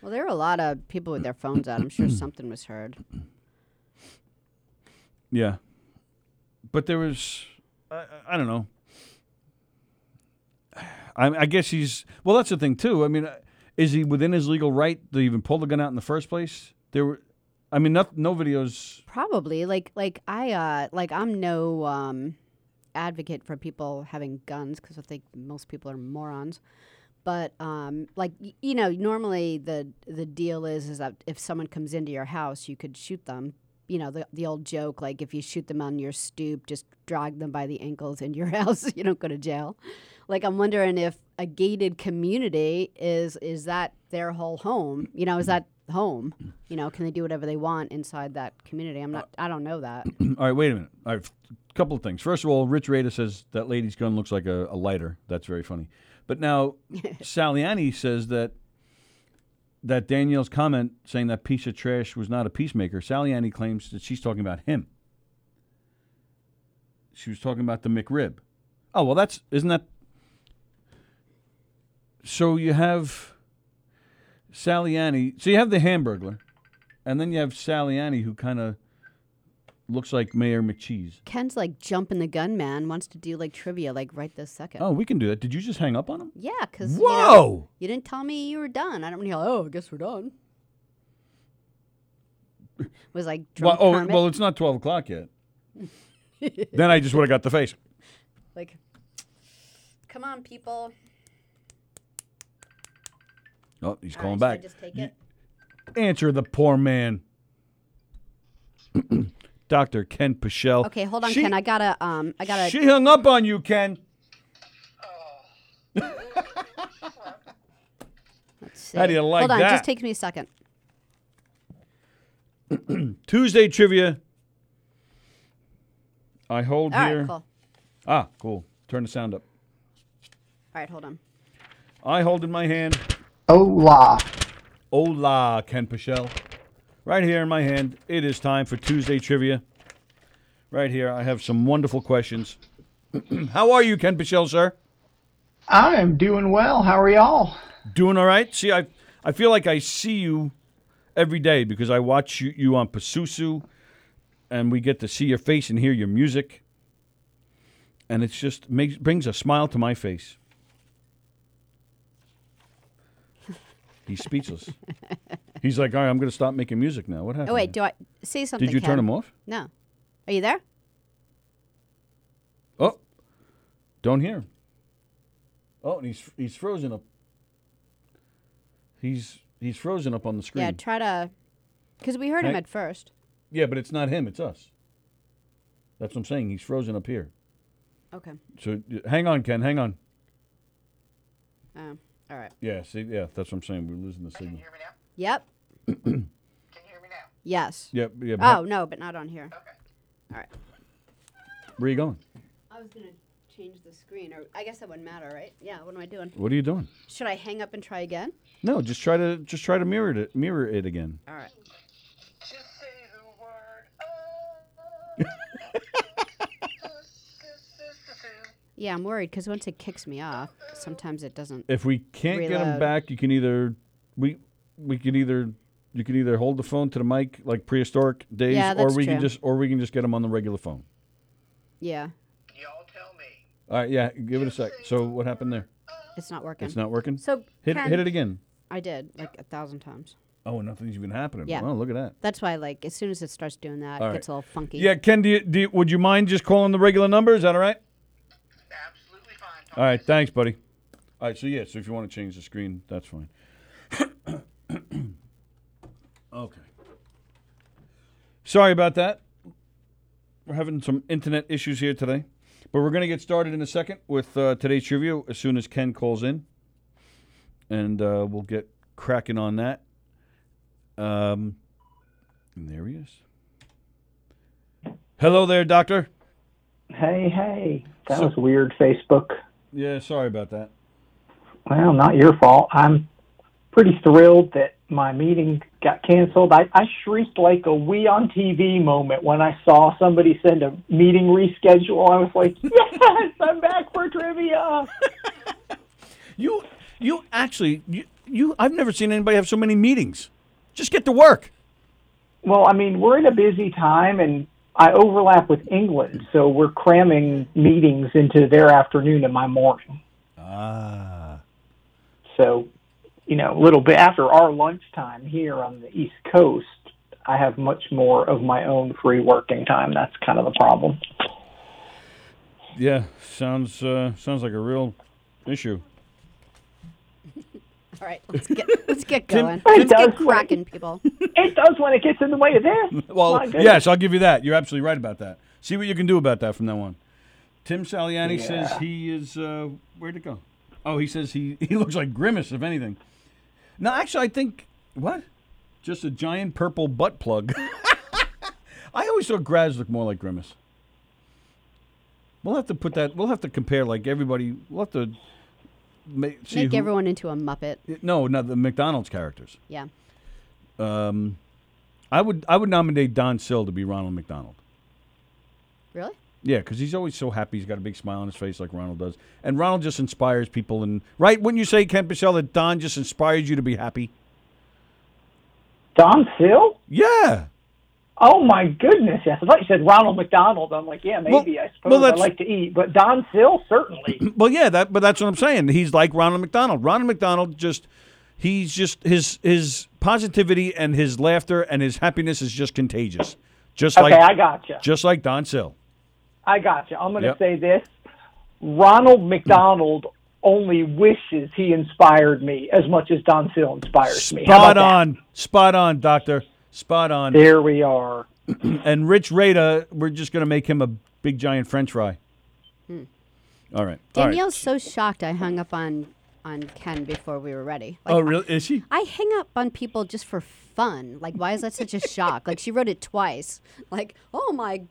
Well, there were a lot of people with their phones out. I'm <clears throat> sure something was heard. Yeah, but there was I, I- I don't know. <sighs> I, I guess he's well. That's the thing too. I mean, uh, is he within his legal right to even pull the gun out in the first place? There were, I mean, no, no videos. Probably. Like like I uh like I'm no um advocate for people having guns cuz I think most people are morons. But um like y- you know, normally the the deal is is that if someone comes into your house, you could shoot them. You know, the the old joke like if you shoot them on your stoop, just drag them by the ankles in your <laughs> house, you don't go to jail. Like I'm wondering if a gated community is is that their whole home? You know, is that home? You know, can they do whatever they want inside that community? I'm not I don't know that. all right, wait a minute. All right, a couple of things. First of all, Rich Rada says that lady's gun looks like a, a lighter. That's very funny. But now Saliani says that that Danielle's comment saying that piece of trash was not a peacemaker. Saliani claims that she's talking about him. She was talking about the McRib. Oh well, that's isn't that. So you have Saliani. So you have the Hamburglar, and then you have Saliani, who kind of looks like Mayor McCheese. Ken's like jumping the gun man, wants to do like trivia like right this second. Oh, we can do that. Did you just hang up on him? Yeah, because you, know, Whoa! you didn't tell me you were done. I don't mean oh, I guess we're done. Was like Well, drunk oh, Kermit. well, it's not twelve o'clock yet. then I just would have got the face. like come on people. Oh, he's All calling right, should I back. just take it? Answer the poor man. <clears throat> Dr. Ken Pichelle. Okay, hold on, She- Ken. I gotta um I gotta She hung up on you, Ken. let's see. how do you like Hold on, it that? just takes me a second. Tuesday trivia. I hold All right, here. cool. Ah, cool. Turn the sound up. All right, hold on. I hold in my hand. Hola. Hola, Ken Pichelle. Right here in my hand, it is time for Tuesday trivia. Right here, I have some wonderful questions. <clears throat> How are you, Ken Pichelle, sir? I am doing well. How are y'all? Doing all right? See, I I feel like I see you every day because I watch you, you on Pasusu, and we get to see your face and hear your music, and it's just makes brings a smile to my <laughs> face. He's speechless. He's like, all right, I'm going to stop making music now. What happened? Oh wait, do I say something? Did you turn Ken. him off? No. Are you there? Oh, don't hear him. Oh, and he's he's frozen up. He's he's frozen up on the screen. Yeah, try to because we heard him Hey. at first. Yeah, but it's not him. It's us. That's what I'm saying. He's frozen up here. Okay. So y- hang on, Ken. Hang on. Um, all right. Yeah. See. Yeah. That's what I'm saying. We're losing the signal. Yep. <clears throat> Can you hear me now? Yes. Yep. Yeah. but Oh no, but not on here. Okay. All right. Where you going? I was gonna change the screen, or I guess that wouldn't matter, right? Yeah. What am I doing? What are you doing? Should I hang up and try again? No, just try to just try to mirror it mirror it again. All right. Yeah, I'm worried because once it kicks me off, sometimes it doesn't. If we can't get Reload. him back, you can either we we can either you can either hold the phone to the mic like prehistoric days, Yeah, or that's we can true. just or we can just get him on the regular phone. Yeah, All right, yeah, give it a sec. So what happened there? it's not working. It's not working. So hit Ken- hit it again. I did like a thousand times. Oh, nothing's even happening. Yeah. Oh, look at that. That's why, like, as soon as it starts doing that, All it right. gets a little funky. Yeah, Ken, do you, do you, would you mind just calling the regular number? Is that all right? Absolutely fine. All right, thanks, buddy. All right, so yeah, so if you want to change the screen, that's fine. <coughs> okay. Sorry about that. We're having some internet issues here today, but we're going to get started in a second with uh, today's trivia as soon as Ken calls in, and uh, we'll get cracking on that. Um, and there he is. Hello there, Doctor. Hey, hey. That So- was weird, Facebook. Yeah, sorry about that. Well, not your fault. I'm pretty thrilled that my meeting got canceled. I, I shrieked like a we on TV moment when I saw somebody send a meeting reschedule. I was like, <laughs> yes, I'm back for trivia. You, you actually, you, you, I've never seen anybody have so many meetings. Just get to work. Well, I mean, we're in a busy time, and I overlap with England, so we're cramming meetings into their afternoon and my morning. Ah, So, you know, a little bit after our lunchtime here on the East Coast, I have much more of my own free working time. That's kind of the problem. yeah, sounds uh, sounds like a real issue. All right, let's get <laughs> let's get going. It let's get does work. cracking, people. It does when it gets in the way of this. <laughs> Well, My goodness. yes, I'll give you that. You're absolutely right about that. See what you can do about that from now on. Tim Saliani says he is. Uh, where'd it go? Oh, he says he <laughs> he looks like grimace if anything. No, actually, I think what? Just a giant purple butt plug. <laughs> I always thought Graz looked more like grimace. We'll have to put that. We'll have to compare like everybody. We'll have to make, see Make who- everyone into a muppet. No, not the McDonald's characters. Yeah. Um, I would I would nominate Don Sill to be Ronald McDonald. Really? Yeah, because he's always so happy. He's got a big smile on his face, like Ronald does. And Ronald just inspires people. And right, wouldn't you say, Ken Purcell, that Don just inspires you to be happy? Don Sill? Yeah. Oh my goodness! Yes, I thought you said Ronald McDonald. I'm like, yeah, Well- maybe I well, suppose I that's- like to eat, but Don Sill certainly. Well, yeah, that. But that's what I'm saying. He's like Ronald McDonald. Ronald McDonald just, he's just his his positivity and his laughter and his happiness is just contagious, just <clears throat> Okay, like I gotcha. just like Don Sill. I gotcha. I'm going to Yep. say this: Ronald McDonald only wishes he inspired me as much as Don Sill inspires me. How Spot about that? on, spot on, Doctor. Spot on. There we are. And Rich Rada, we're just gonna make him a big giant French fry. All right. All right. Danielle's so shocked I hung up on on Ken before we were ready. Like, Oh, really? Is she? I hang up on people just for fun. Like, why is that such a shock? Like, she wrote it twice. Like, oh my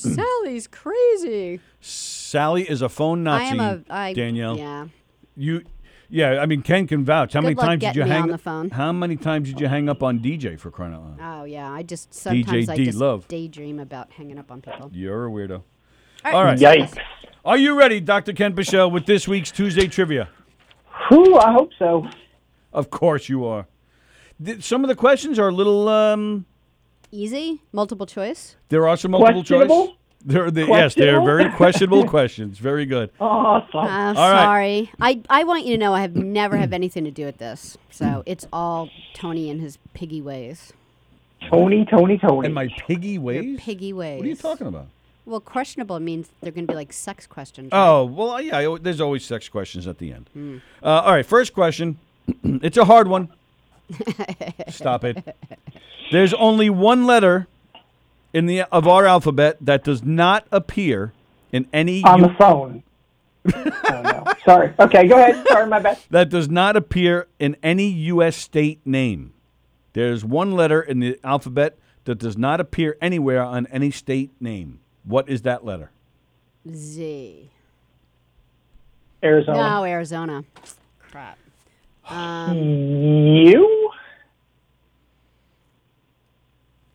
<clears throat> Sally's crazy. Sally is a phone I Nazi. am a I, Danielle. Yeah. You, yeah. I mean, Ken can vouch. How many luck times did you getting me hang on the phone. How many times did you hang up on DJ for crying out loud? Oh yeah. I just sometimes I D. just Love. daydream about hanging up on people. You're a weirdo. All All right. Yikes! Are you ready, Dr. Ken Bichelle, with this week's Tuesday trivia? Whew, I hope so. Of course you are. Th- Some of the questions are a little. Um, Easy, multiple choice. there are some multiple choice. Questionable? They're, they yes, they're Questionable? Oh. very <laughs> questionable questions. Very good. Awesome. Uh, All right. sorry. I, I want you to know I have never have anything to do with this. So it's all Tony and his piggy ways. Tony, Tony, Tony. And my piggy ways. Piggy ways. What are you talking about? Well, questionable means they're going to be like sex questions. Oh well, yeah. I al- There's always sex questions at the end. Uh, all right, first question. <clears throat> it's a hard one. Stop it. There's only one letter in the of our alphabet that does not appear in any on U- the <laughs> phone. oh, no. Sorry. Okay, go ahead. Sorry, my bad. that does not appear in any U.S. state name. There's one letter in the alphabet that does not appear anywhere on any state name. What is that letter? Z. Arizona. Oh. No, Arizona. Crap. You?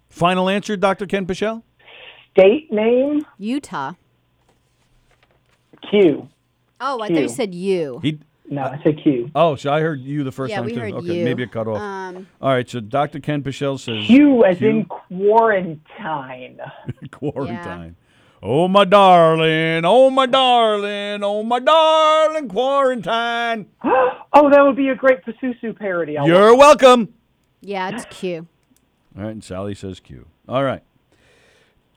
Final answer, Dr. Ken Pichel? State name? Utah. Q. Oh, I thought you Q. said you. He, No, I said Q. oh, so I heard you the first Yeah, time, we too. heard okay, you. maybe it cut off. Um, All right, so Dr. Ken Pichel says Q as Q. in quarantine. <laughs> quarantine. Oh, my darling. Oh, my darling. Oh, my darling. Quarantine. Oh, that would be a great Pasusu parody. I'll You're welcome. yeah, it's Q. All right, and Sally says Q. All right.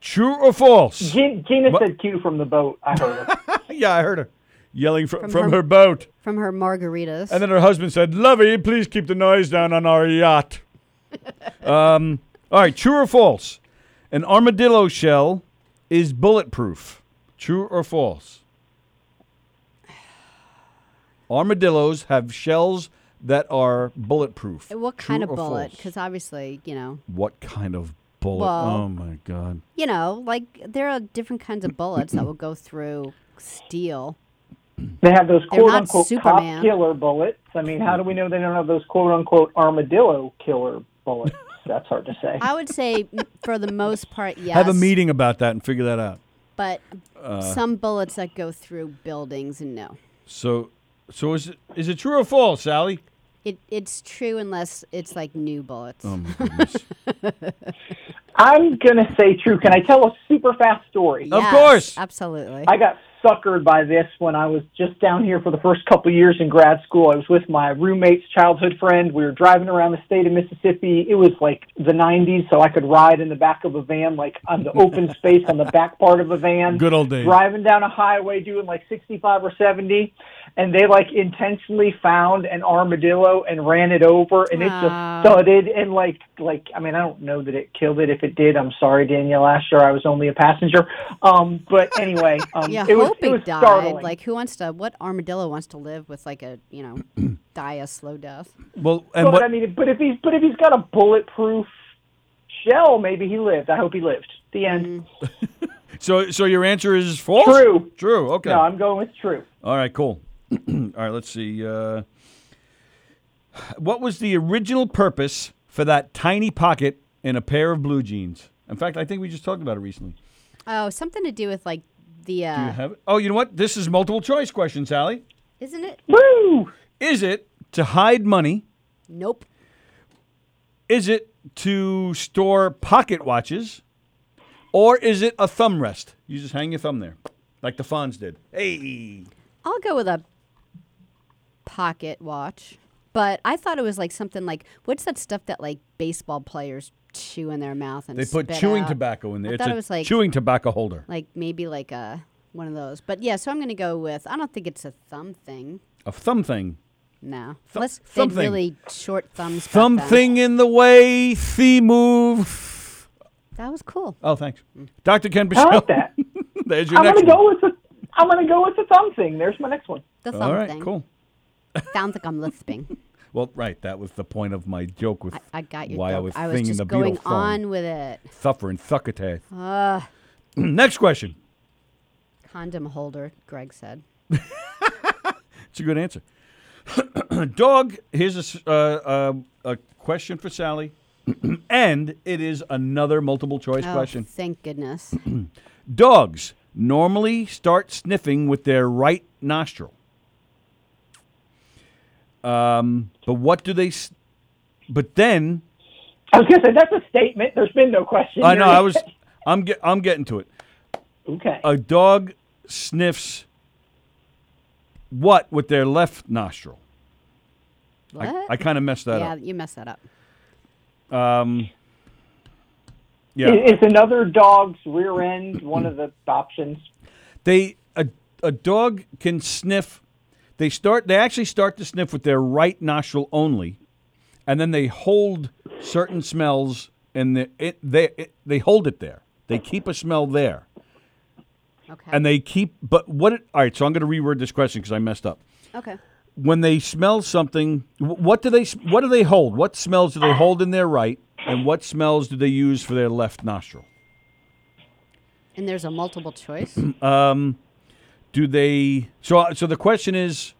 True or false? Gin- Gina What? said Q from the boat. I heard <laughs> it. yeah, I heard her yelling from, from, her- her boat. From her margaritas. And then her husband said, Lovey, please keep the noise down on our <laughs> yacht. um, all right, true or false? An armadillo shell is bulletproof. True or false? <sighs> Armadillos have shells that are bulletproof. what True kind of or bullet? false? Because obviously, you know, What kind of bullet? Well- oh, my God. you know, like there are different kinds of bullets that will go through steel. They have those They're quote not unquote Superman. cop killer bullets. I mean, how do we know they don't have those quote unquote armadillo killer bullets? That's hard to say. I would say, m- for the most part, <laughs> yes. Have a Uh. meeting about that and figure that out. But some bullets that go through buildings, and no, So, so is it, is it true or false, Sally? it it's true unless it's like new bullets. Oh, <laughs> my goodness. I'm gonna say true. Can I tell a super fast story? Of Yes, course. absolutely. I got suckered by this when I was just down here for the first couple years in grad school. I was with my roommate's childhood friend. We were driving around the state of Mississippi. It was like the 90s, so I could ride in the back of a van, like on the <laughs> open space on the back part of a van. Good old days. Driving down a highway doing like 65 or 70. And they like intentionally found an armadillo and ran it over, and it Ah. just thudded and like like I mean I don't know that it killed it. If it did, I'm sorry, Danielle Asher. I was only a passenger. Um, <laughs> but anyway, um, yeah, it was, hope it was it died. startling. Like, who wants to? What armadillo wants to live with like a you <clears throat> know, die a slow death? well, and but what, I mean, but if he's but if he's got a bulletproof shell, maybe he lived. I hope he lived. The end. Mm. So, so your answer is false. True. True. Okay. No, I'm going with true. All right. Cool. <clears throat> All right. Let's see. Uh, what was the original purpose for that tiny pocket in a pair of blue jeans? In fact, I think we just talked about it recently. Oh, something to do with like the. Uh, Do you have it? Oh, you know what? This is multiple choice question, Sally. isn't it? Woo! Is it to hide money? Nope. Is it to store pocket watches? Or is it a thumb rest? You just hang your thumb there, like the Fonz did. Hey. I'll go with a pocket watch. But I thought it was like something like what's that stuff that like baseball players chew in their mouth and They put spit chewing out? tobacco in there. I it's thought a it was like chewing tobacco holder. like maybe like a one of those. But yeah, so I'm gonna go with I don't think it's a thumb thing. A thumb thing. No, unless they thumb thing. really short thumbs. back then. Something in the way, the move. that was cool. Oh, thanks. Dr. Ken I Bichelle. like that. <laughs> There's your I'm next gonna go one. with the I'm gonna go with the thumb thing. There's my next one. The thumb All right, thing. cool. Sounds like I'm lisping. Well, right, that was the point of my joke with I, I got your why I joke. was I was singing just the going Beatles song. on with it. Thuffer and <clears throat> Thuckatay. Uh, <clears throat> next question. condom holder. Greg said. It's a good answer. <clears throat> Dog, here's a, s- uh, uh, a question for Sally. <clears throat> and it is another multiple choice Oh, question. thank goodness. Dogs normally start sniffing with their right nostril. Um, but what do they? S- but then I was gonna say that's a statement. There's been no question. I know You're- I was. Oh, I'm get, I'm getting to it. <laughs> okay. A dog sniffs what with their left nostril. What? I kind of messed that yeah, up. you messed that up. Um, yeah, Is is another dog's rear end one of the options? they a, a dog can sniff they start they actually start to sniff with their right nostril only and then they hold certain smells and the, it, they it, they hold it there they keep a smell there Okay. and they keep but what it, all right so i'm going to reword this question because i messed up okay. when they smell something wh- what do they s- what do they hold what smells do they hold in their right and what smells do they use for their left nostril <clears throat> And there's a multiple choice. do they? So, uh, so the question is,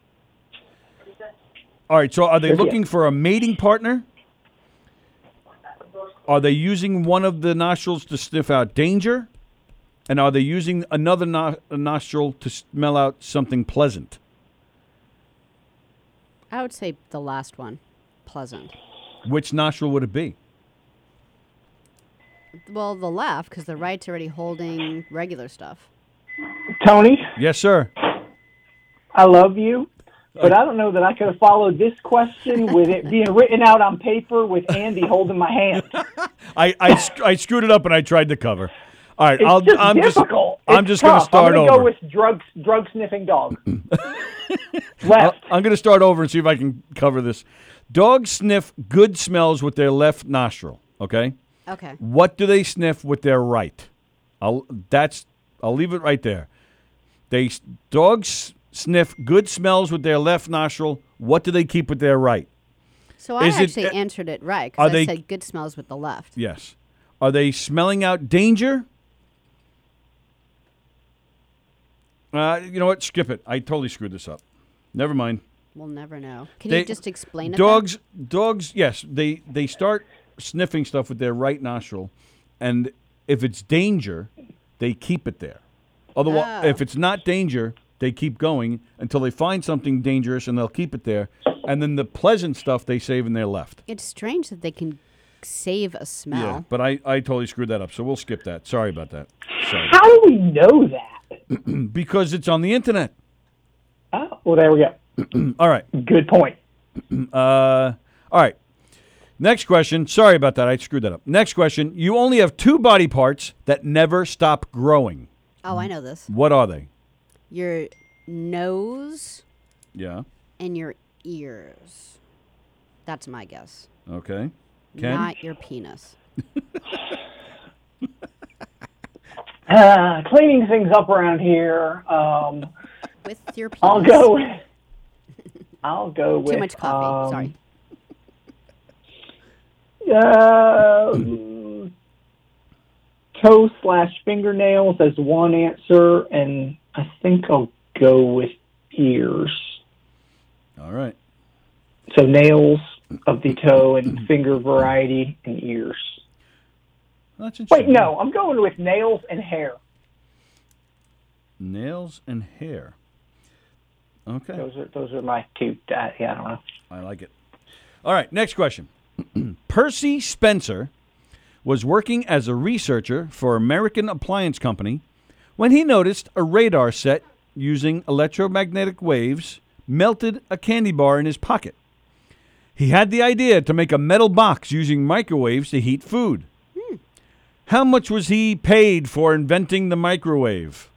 all right. So, are they Sure, yeah. looking for a mating partner? Are they using one of the nostrils to sniff out danger, and are they using another no- nostril to smell out something pleasant? I would say the last one, pleasant. Which nostril would it be? Well, the left because the right's already holding regular stuff. Tony, Yes, sir. I love you, but I don't know that I could have followed this question with it being written out on paper with Andy holding my hand. I, I, sc- I screwed it up and I tried to cover. All right, It's I'll, just I'm difficult. just I'm It's just gonna tough. start I'm gonna over. Go with drug drug <laughs> sniffing dog. I'll- I'm going to start over and see if I can cover this. Dogs sniff good smells with their left nostril. Okay. Okay. What do they sniff with their right? I'll that's I'll leave it right there. They s- dogs sniff good smells with their left nostril. What do they keep with their right? So I Is it- actually answered it right are because I they- said good smells with the left. Yes. Are they smelling out danger? Uh, you know what? Skip it. I totally screwed this up. Never mind. We'll never know. Can They- you just explain it? then? Dogs, dogs. Yes, they they start sniffing stuff with their right nostril, and if it's danger, they keep it there. Otherwise, Oh. if it's not danger, they keep going until they find something dangerous, and they'll keep it there. And then the pleasant stuff they save in their left. It's strange that they can save a smell. Yeah, but I, I totally screwed that up, so we'll skip that. Sorry about that. Sorry. How do we know that? because it's on the internet. <clears throat> Oh, well, there we go. all right. Good point. Uh, all right. Next question. Sorry about that. I screwed that up. Next question. You only have two body parts that never stop growing. Oh, I know this. What are they? Your nose Yeah. and your ears. That's my guess. Okay. Ken? Not your penis. Uh, cleaning things up around here. Um, With your penis. I'll go. with- I'll go with Too much coffee. um, Sorry. Uh, toe slash fingernails as one answer, and I think I'll go with ears. All right. So nails of the toe and finger variety and ears. That's Wait, interesting. no, I'm going with nails and hair. Nails and hair. Okay. Those are those are my two. Uh, yeah, I don't know. I like it. All right. Next question. <clears throat> Percy Spencer was working as a researcher for American Appliance Company when he noticed a radar set using electromagnetic waves melted a candy bar in his pocket. He had the idea to make a metal box using microwaves to heat food. How much was he paid for inventing the microwave?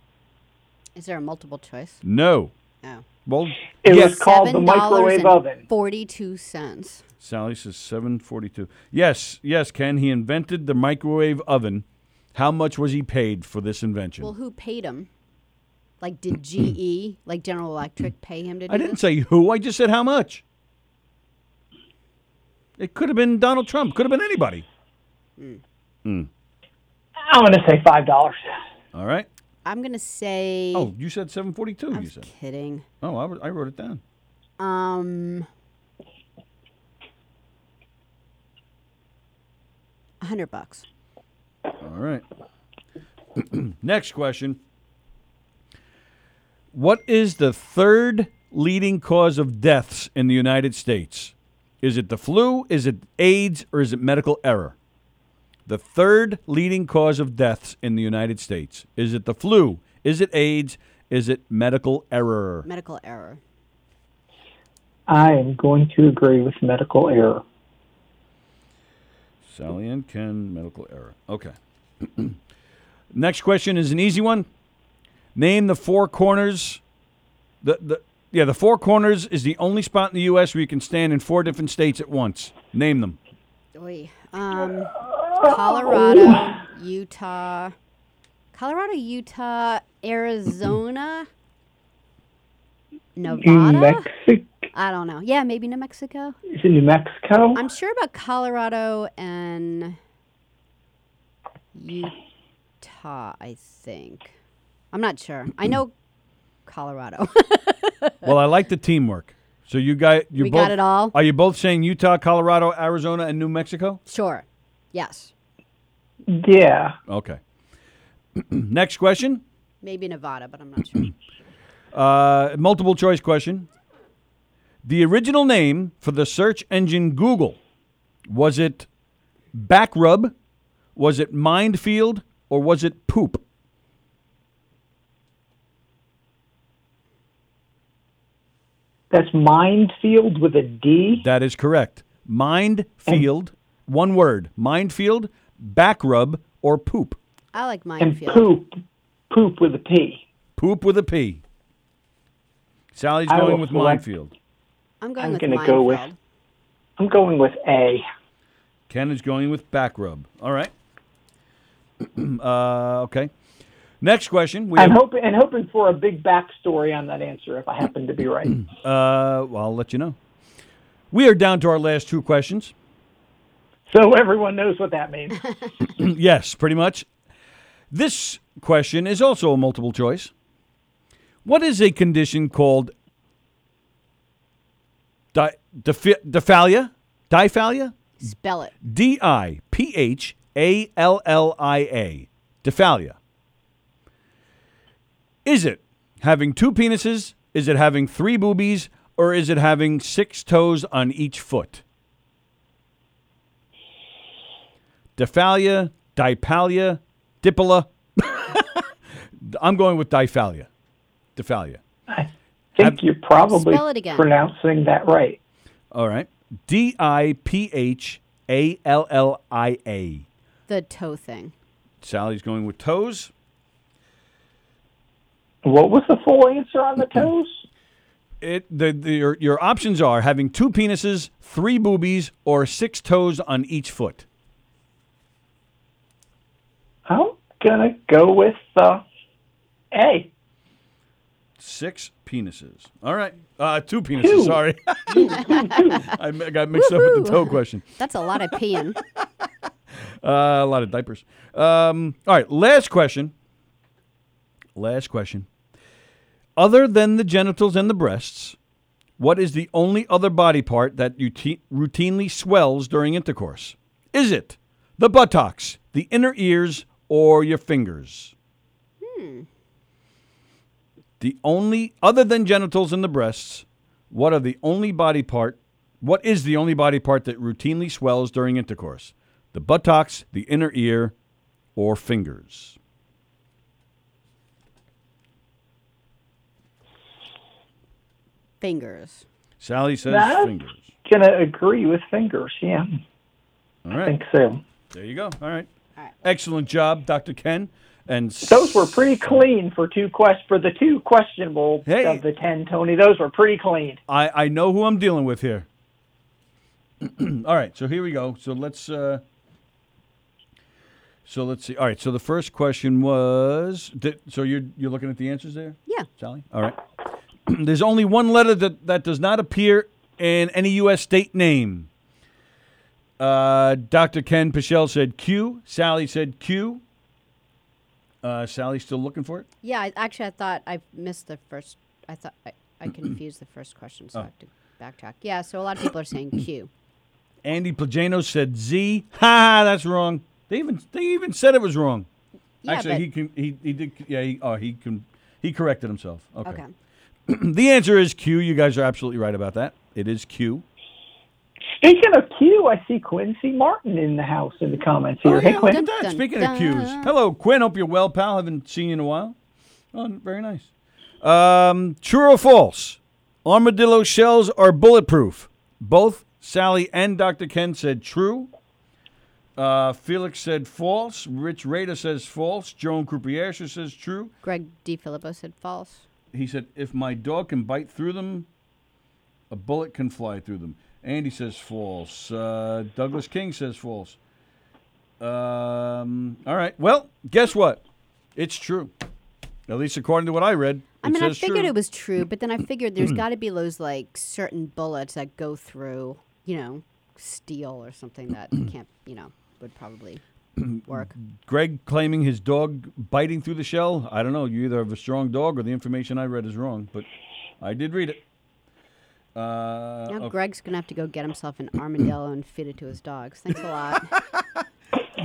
Is there a multiple choice? Oh. No. No. Well, It yes. was called the microwave oven. Forty-two cents. Sally says 742. Yes, yes, Ken. He invented the microwave oven. How much was he paid for this invention? Well, who paid him? <clears throat> Like, did GE, like General Electric, pay him to do I didn't this? say who. I just said how much. It could have been Donald Trump. Could have been anybody. I'm going to say five dollars. All right. I'm gonna say. Oh, you said 742, I you was said. kidding. Oh, I, wr- I wrote it down. Um, a hundred bucks. All right. <clears throat> Next question. What is the third leading cause of deaths in the United States? Is it the flu? Is it AIDS? Or is it medical error? The third leading cause of deaths in the United States. Is it the flu? Is it AIDS? Is it medical error? Medical error. I am going to agree with medical error. Sally and Ken, medical error. Okay. <clears throat> Next question is an easy one. Name the four corners. The, the yeah, the four corners is the only spot in the U.S. where you can stand in four different states at once. Name them. Oy. Um, Colorado, Utah, Colorado, Utah, Arizona, Nevada. Mexico I don't know. Yeah, maybe New Mexico. is it New Mexico? I'm sure about Colorado and Utah, I think. I'm not sure. I know Colorado. <laughs> Well, I like the teamwork. So you guys, you We both, got it all? Are you both saying Utah, Colorado, Arizona, and New Mexico? sure. Yes. Yeah. Okay. <clears throat> Next question. Maybe Nevada, but I'm not sure. Uh, multiple choice question. The original name for the search engine Google was it Backrub, was it Mindfield, or was it Poop? That's minefield with a D. That is correct. Mindfield, one word. Mindfield, Backrub, or Poop. I like And minefield. poop. Poop with a P. Poop with a P. Sally's I going will with select- Mindfield. I'm going I'm with going to go with. minefield. I'm going with A. Ken is going with Backrub. All right. <clears throat> uh, okay. Next question. We I'm have- hoping and hoping for a big backstory on that answer if I happen to be right. Uh, well, I'll let you know. We are down to our last two questions. <laughs> so everyone knows what <laughs> that means. yes, pretty much. This question is also a multiple choice. What is a condition called di- diphi- diphalia? Diphalia? Spell it. D I P H A L L I A. Diphalia. Is it having two penises? Is it having three boobies? Or is it having six toes on each foot? Diphalia, dipalia, dipola. <laughs> I'm going with diphalia. Diphalia. I think you're probably Spell it again. pronouncing that right. All right. D I P H A L L I A. The toe thing. Sally's going with toes. What was the full answer on the toes? It the, the your, your options are having two penises, three boobies, or six toes on each foot. I'm gonna go with uh, A. Six penises. All right, uh, two penises. Sorry, <laughs> I mi- got mixed up with the toe question. That's a lot of <laughs> peeing. Uh, a lot of diapers. Um, all right, last question. Last question. Other than the genitals and the breasts, what is the only other body part that routi- routinely swells during intercourse? Is it the buttocks, the inner ears, or your fingers? The only, other than genitals and the breasts, what are the only body part? What is the only body part that routinely swells during intercourse? The buttocks, the inner ear, or fingers? Fingers. Sally says That- fingers. Gonna agree with fingers. Yeah, All I right. think so. There you go. All right. All right. Excellent job, Dr. Ken. And Those were pretty clean for two quest for the two questionable Hey. of the ten, Tony. Those were pretty clean. I, I know who I'm dealing with here. <clears throat> All right, so here we go. So let's uh, so let's see. All right, so the first question was did, so you're you're looking at the answers there, Yeah. Sally. All right. <clears throat> There's only one letter that that does not appear in any U.S. state name. Uh, Dr. Ken Pichel said Q. Sally said Q. Uh, Sally's still looking for it. Yeah. I, actually, I thought I missed the first. I thought I, <clears throat> I confused the first question, Oh. so I have to backtrack. Yeah. So a lot of people are saying Q. Andy Plagano said Z. Ha, ha, that's wrong. They even they even said it was wrong. Yeah, Actually, but- he can he, he did yeah he, oh he can he corrected himself. <coughs> Okay. Okay. <clears throat> The answer is Q. You guys are absolutely right about that. It is Q. Speaking of Q, I see Quincy Martin in the house in the comments Oh, here. hey, Oh, yeah, look Quin. at that. Dun, Speaking of dun, Q's, dun. hello Quinn. Hope you're well, pal. Haven't seen you in a while. Oh, very nice. Um, true or false? Armadillo shells are bulletproof. Both Sally and Dr. Ken said true. Uh, Felix said false. Rich Rader says false. Joan Krupiercher says true. Greg DiFilippo said false. He said, if my dog can bite through them, a bullet can fly through them. Andy says false. Uh, Douglas King says false. Um, all right. Well, guess what? It's true. At least according to what I read. I it mean, I says figured true. it was true, but then I <clears throat> figured there's got to be those like certain bullets <clears throat> that go through, you know, steel or something that can't, you know, would probably work. Greg claiming his dog biting through the shell. I don't know. You either have a strong dog or the information I read is wrong, but I did read it. <laughs> Uh, Now okay. Greg's gonna have to go get himself an armadillo and feed it to his dogs. Thanks a <clears throat> lot.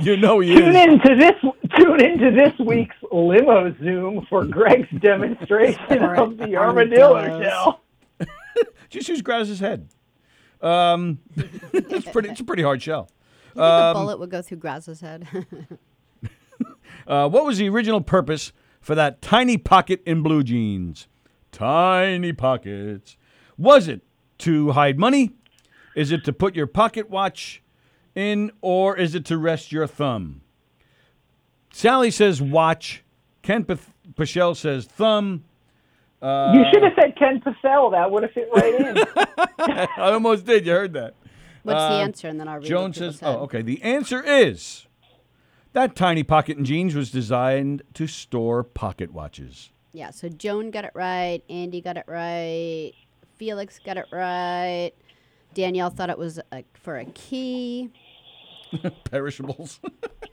<laughs> You know he Tune is. in to this. Tune into this week's limo Zoom for Greg's demonstration of the armadillo Armadillos. shell. Just use Graz's head. Um, <laughs> it's pretty. It's a pretty hard shell. You think Um, a bullet would go through Graz's head? <laughs> Uh, what was the original purpose for that tiny pocket in blue jeans? Tiny pockets. Was it to hide money? Is it to put your pocket watch in, or is it to rest your thumb? Sally says watch. Ken P- Pichelle says thumb. <laughs> you should have said Ken Purcell. That would have fit right in. I almost did. You heard that. What's the answer? And then I'll read. Joan Joan uh, says, "Oh, okay. The answer is that tiny pocket in jeans was designed to store pocket watches." Yeah. So Joan got it right. Andy got it right. Felix got it right. Danielle thought it was a, for a key. Perishables.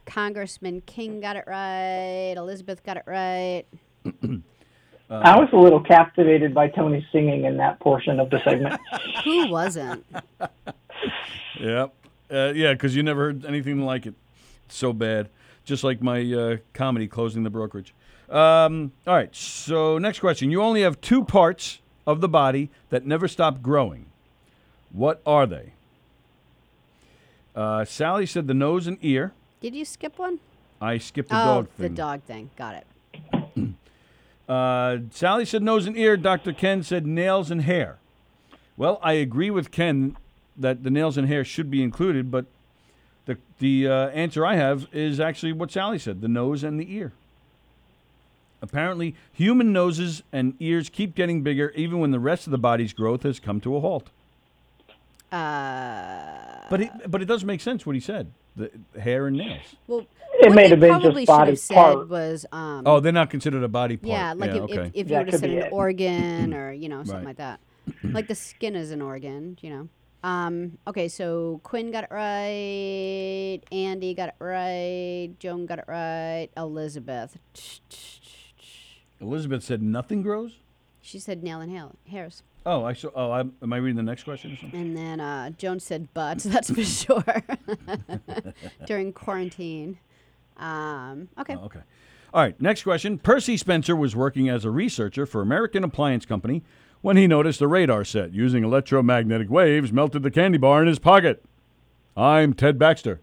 Congressman King got it right. Elizabeth got it right. I was a little captivated by Tony's singing in that portion of the segment. Who <laughs> wasn't? Yep. Uh, yeah, because you never heard anything like it. It's so bad. Just like my uh, comedy closing the brokerage. Um, all right. So next question. You only have two parts of the body that never stop growing. What are they? Uh, Sally said the nose and ear. Did you skip one? I skipped the oh, dog the thing. dog thing. Got it. Uh, Sally said nose and ear. Dr. Ken said nails and hair. Well, I agree with Ken that the nails and hair should be included, but the the uh, answer I have is actually what Sally said: the nose and the ear. Apparently, human noses and ears keep getting bigger, even when the rest of the body's growth has come to a halt. Uh, But it, but it does make sense what he said: the hair and nails. well, It what may they have been just probably should body have said part. was um, Oh, they're not considered a body part. Yeah, like if, okay. if, if you That were to could send be an it. <clears throat> organ or you know something Right. <clears throat> like that, like the skin is an organ, you know. Um, okay, so Quinn got it right, Andy got it right, Joan got it right, Elizabeth. Elizabeth said nothing grows. She said nail and hair, hairs, Oh, I saw. Oh, I, am I reading the next question or something? and then uh, Joan said butts. <laughs> That's for sure. <laughs> During quarantine. Um, okay. Okay. All right. Next question. Percy Spencer was working as a researcher for American Appliance Company when he noticed a radar set using electromagnetic waves melted the candy bar in his pocket. I'm Ted Baxter.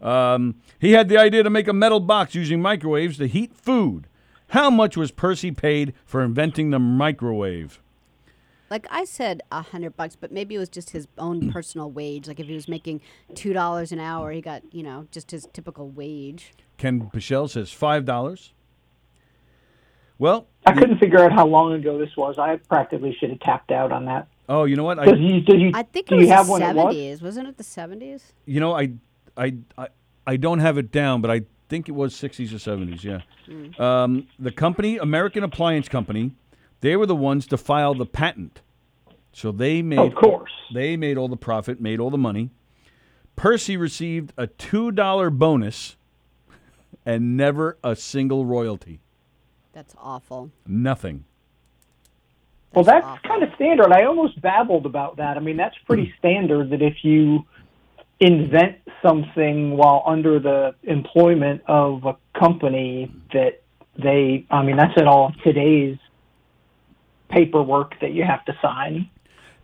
Um, he had the idea to make a metal box using microwaves to heat food. How much was Percy paid for inventing the microwave? Like I said, a hundred bucks, but maybe it was just his own personal wage. Like if he was making two dollars an hour, he got you know just his typical wage. Ken Pichelle says five dollars. Well, I couldn't figure out how long ago this was. I practically should have tapped out on that. oh, you know what? Did you, did you, I think do it was you have the one at once? seventies. Wasn't it the seventies? You know, I, I, I, I don't have it down, but I think it was 60s or 70s. Yeah. Um, the company, American Appliance Company, they were the ones to file the patent, so they made Of course. they made all the profit, made all the money. Percy received a two dollar bonus, and never a single royalty. That's awful. Nothing. Well, that's awful. kind of standard. I almost babbled about that. I mean, that's pretty standard that if you invent something while under the employment of a company, that they, I mean, that's in all of today's paperwork that you have to sign.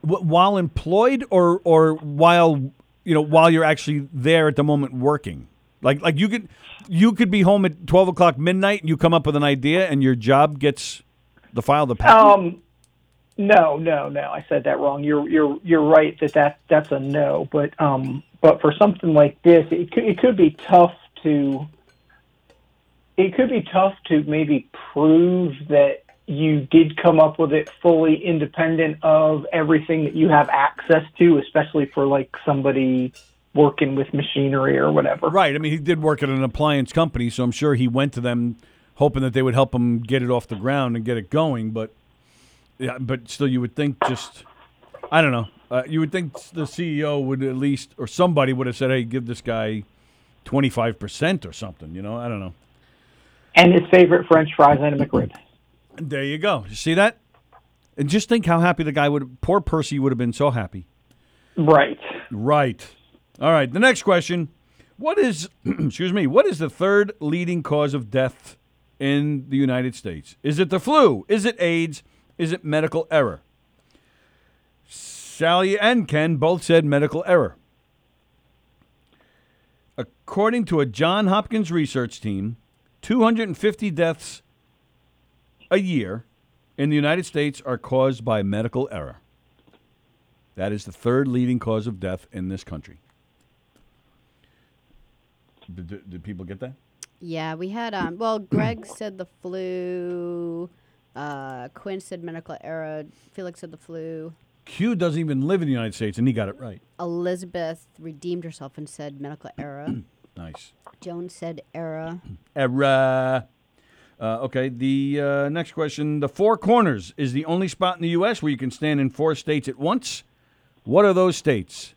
Wh- while employed, or or while you know while you're actually there at the moment working. Like like you could you could be home at twelve o'clock midnight and you come up with an idea and your job gets the file the patent. Um, no, no, no. I said that wrong. You're you're you're right that that that's a no. But um, but for something like this, it could it could be tough to. It could be tough to maybe prove that you did come up with it fully independent of everything that you have access to, especially for like somebody working with machinery or whatever. right. I mean, he did work at an appliance company, so I'm sure he went to them hoping that they would help him get it off the ground and get it going. But yeah, but still, you would think just I E don't know. Uh, you would think the CEO would at least or somebody would have said, "Hey, give this guy." 25% or something, you know? I don't know. And his favorite French fries and a McRib. There you go. You see that? And just think how happy the guy would poor Percy would have been so happy. Right. Right. All right. The next question. What is <clears throat> excuse me, what is the third leading cause of death in the United States? Is it the flu? Is it AIDS? Is it medical error? Sally and Ken both said medical error. According to a John Hopkins research team, 250 deaths a year in the United States are caused by medical error. That is the third leading cause of death in this country. Did, did- did people get that? Yeah, we had um. Well, Greg said the flu. Uh, Quinn said medical error. Felix said the flu. Q doesn't even live in the United States, and he got it right. Elizabeth redeemed herself and said medical error. Nice. Joan said error. Error. Uh, okay, the uh, next question. The Four Corners is the only spot in the U.S. where you can stand in four states at once. What are those states?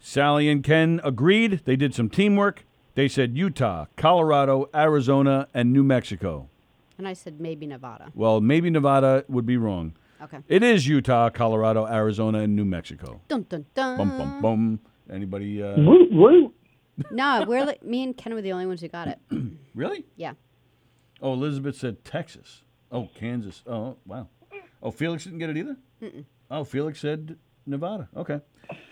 Sally and Ken agreed. They did some teamwork. They said Utah, Colorado, Arizona, and New Mexico. And I said maybe Nevada. Well, maybe Nevada would be wrong. Okay. It is Utah, Colorado, Arizona, and New Mexico. Dun dun dun. Bum, bum, bum. Anybody? Uh, Mm-hmm. No, we're like, me and Ken were the only ones who got it. Really? Yeah. Oh, Elizabeth said Texas. Oh, Kansas. Oh, wow. Oh, Felix didn't get it either? Mm-mm. Oh, Felix said Nevada. Okay.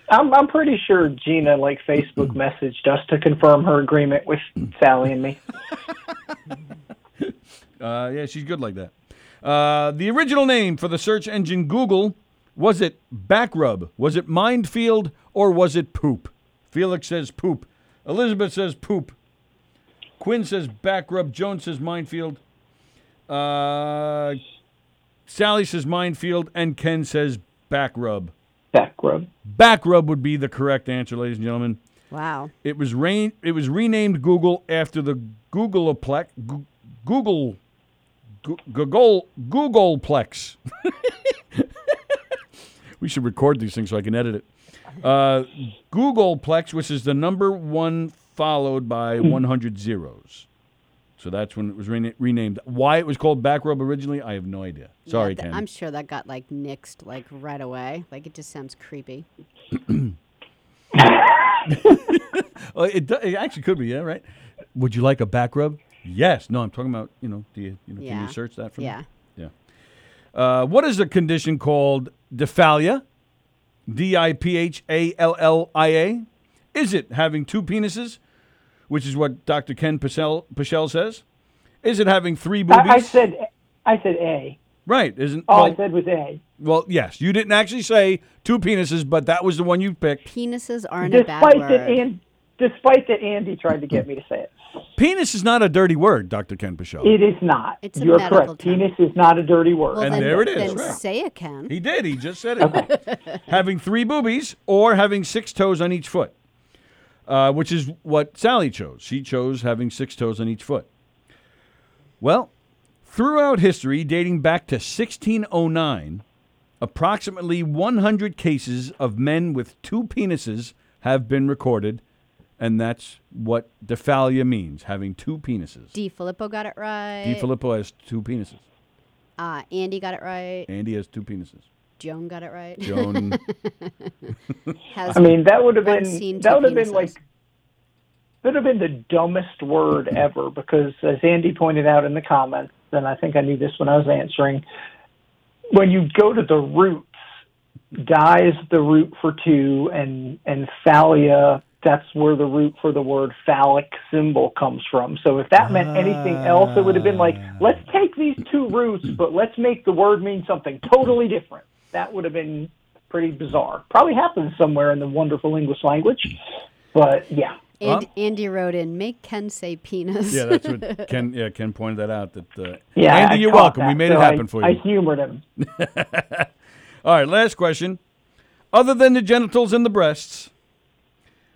I'm I'm pretty sure Gina like Facebook Mm-hmm. messaged us to confirm her agreement with Sally and me. Uh, yeah, she's good like that. Uh, the original name for the search engine Google was it Backrub? Was it Mindfield? Or was it Poop? Felix says Poop. Elizabeth says Poop. Quinn says Backrub. Joan says Mindfield. Uh, Sally says Mindfield. And Ken says Backrub. Backrub. Backrub would be the correct answer, ladies and gentlemen. Wow. It was rain. It was renamed Google after the Googleplex, Goo- Google, Goo- Google, Googleplex. <laughs> we should record these things so I can edit it. Uh, Googleplex, which is the number one followed by 100 zeros. So that's when it was rena- renamed. Why it was called Backrub originally, I have no idea. Yeah, Sorry, th- Ken. I'm sure that got like nixed like right away. Like it just sounds creepy. Uh, it, do- it actually could be, yeah, right? Would you like a back rub? Yes. No, I'm talking about, you know, do you, you know, can Yeah. you search that for Yeah. me? Yeah. Uh, what is a condition called diphalia? D I P H A L L I A? Is it having two penises, which is what Dr. Ken Pichel, Pichel says? Is it having three boobies? I, I said I said A. right. Isn't All well, I said was A. well, yes. You didn't actually say two penises, but that was the one you picked. Penises aren't a bad Despite word. that and despite that Andy tried to get me to say it. Penis is not a dirty word, Dr. Ken Pichel. It is not. It's a You're medical correct. term. Penis is not a dirty word. well, and then, there it is, Then right. say it, Ken. He did. He just said it. <laughs> having three boobies or having six toes on each foot, uh, which is what Sally chose. She chose having six toes on each foot. Well, throughout history, dating back to 1609, approximately 100 cases of men with two penises have been recorded, and that's what dephalia means, having two penises. D. Filippo got it right. D. Filippo has two penises. uh, Andy got it right. Andy has two penises. Joan got it right. Joan. <laughs> Has I mean, that would have one been scene, that two would have been penises. like that would have been the dumbest word ever because as Andy pointed out in the comments, and I think I knew this when I was answering, when you go to the roots, die is the root for two and and phalia that's where the root for the word phallic symbol comes from. So if that meant anything else, it would have been like, let's take these two roots, but let's make the word mean something totally different. That would have been pretty bizarre. Probably happens somewhere in the wonderful English language, but yeah. And, Huh? Andy wrote in, make Ken say penis. <laughs> Yeah, that's what Ken. Yeah, Ken pointed that out. That uh, Yeah, Andy, I you're caught welcome. that, We made so it I- happen for you. I humored him. All right, last question. Other than the genitals and the breasts,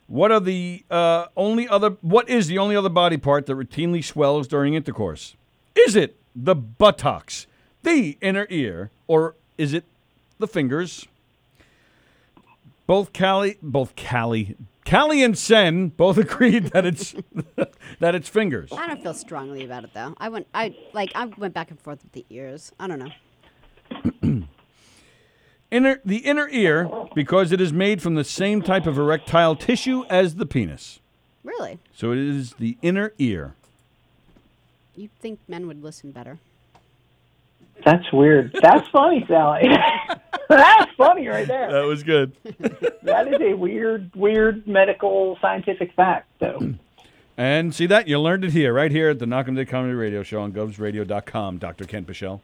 what are the uh, only other? What is the only other body part that routinely swells during intercourse? Is it the buttocks, the inner ear, or is it the fingers? Both Cali, both Cali, Cali and Sen both <laughs> agreed that it's that it's fingers. I don't feel strongly about it though. I went, I like, I went back and forth with the ears. I don't know. Inner the inner ear because it is made from the same type of erectile tissue as the penis. Really, So it is the inner ear. you'd think men would listen better. That's weird. That's funny, Sally. <laughs> That's funny right there. That was good. That is a weird, weird medical scientific fact, Hmm. though. And see that you learned it here, right here at the Knock'em Dead Comedy Radio Show on govsradio.com. Dr. Ken Pichelle.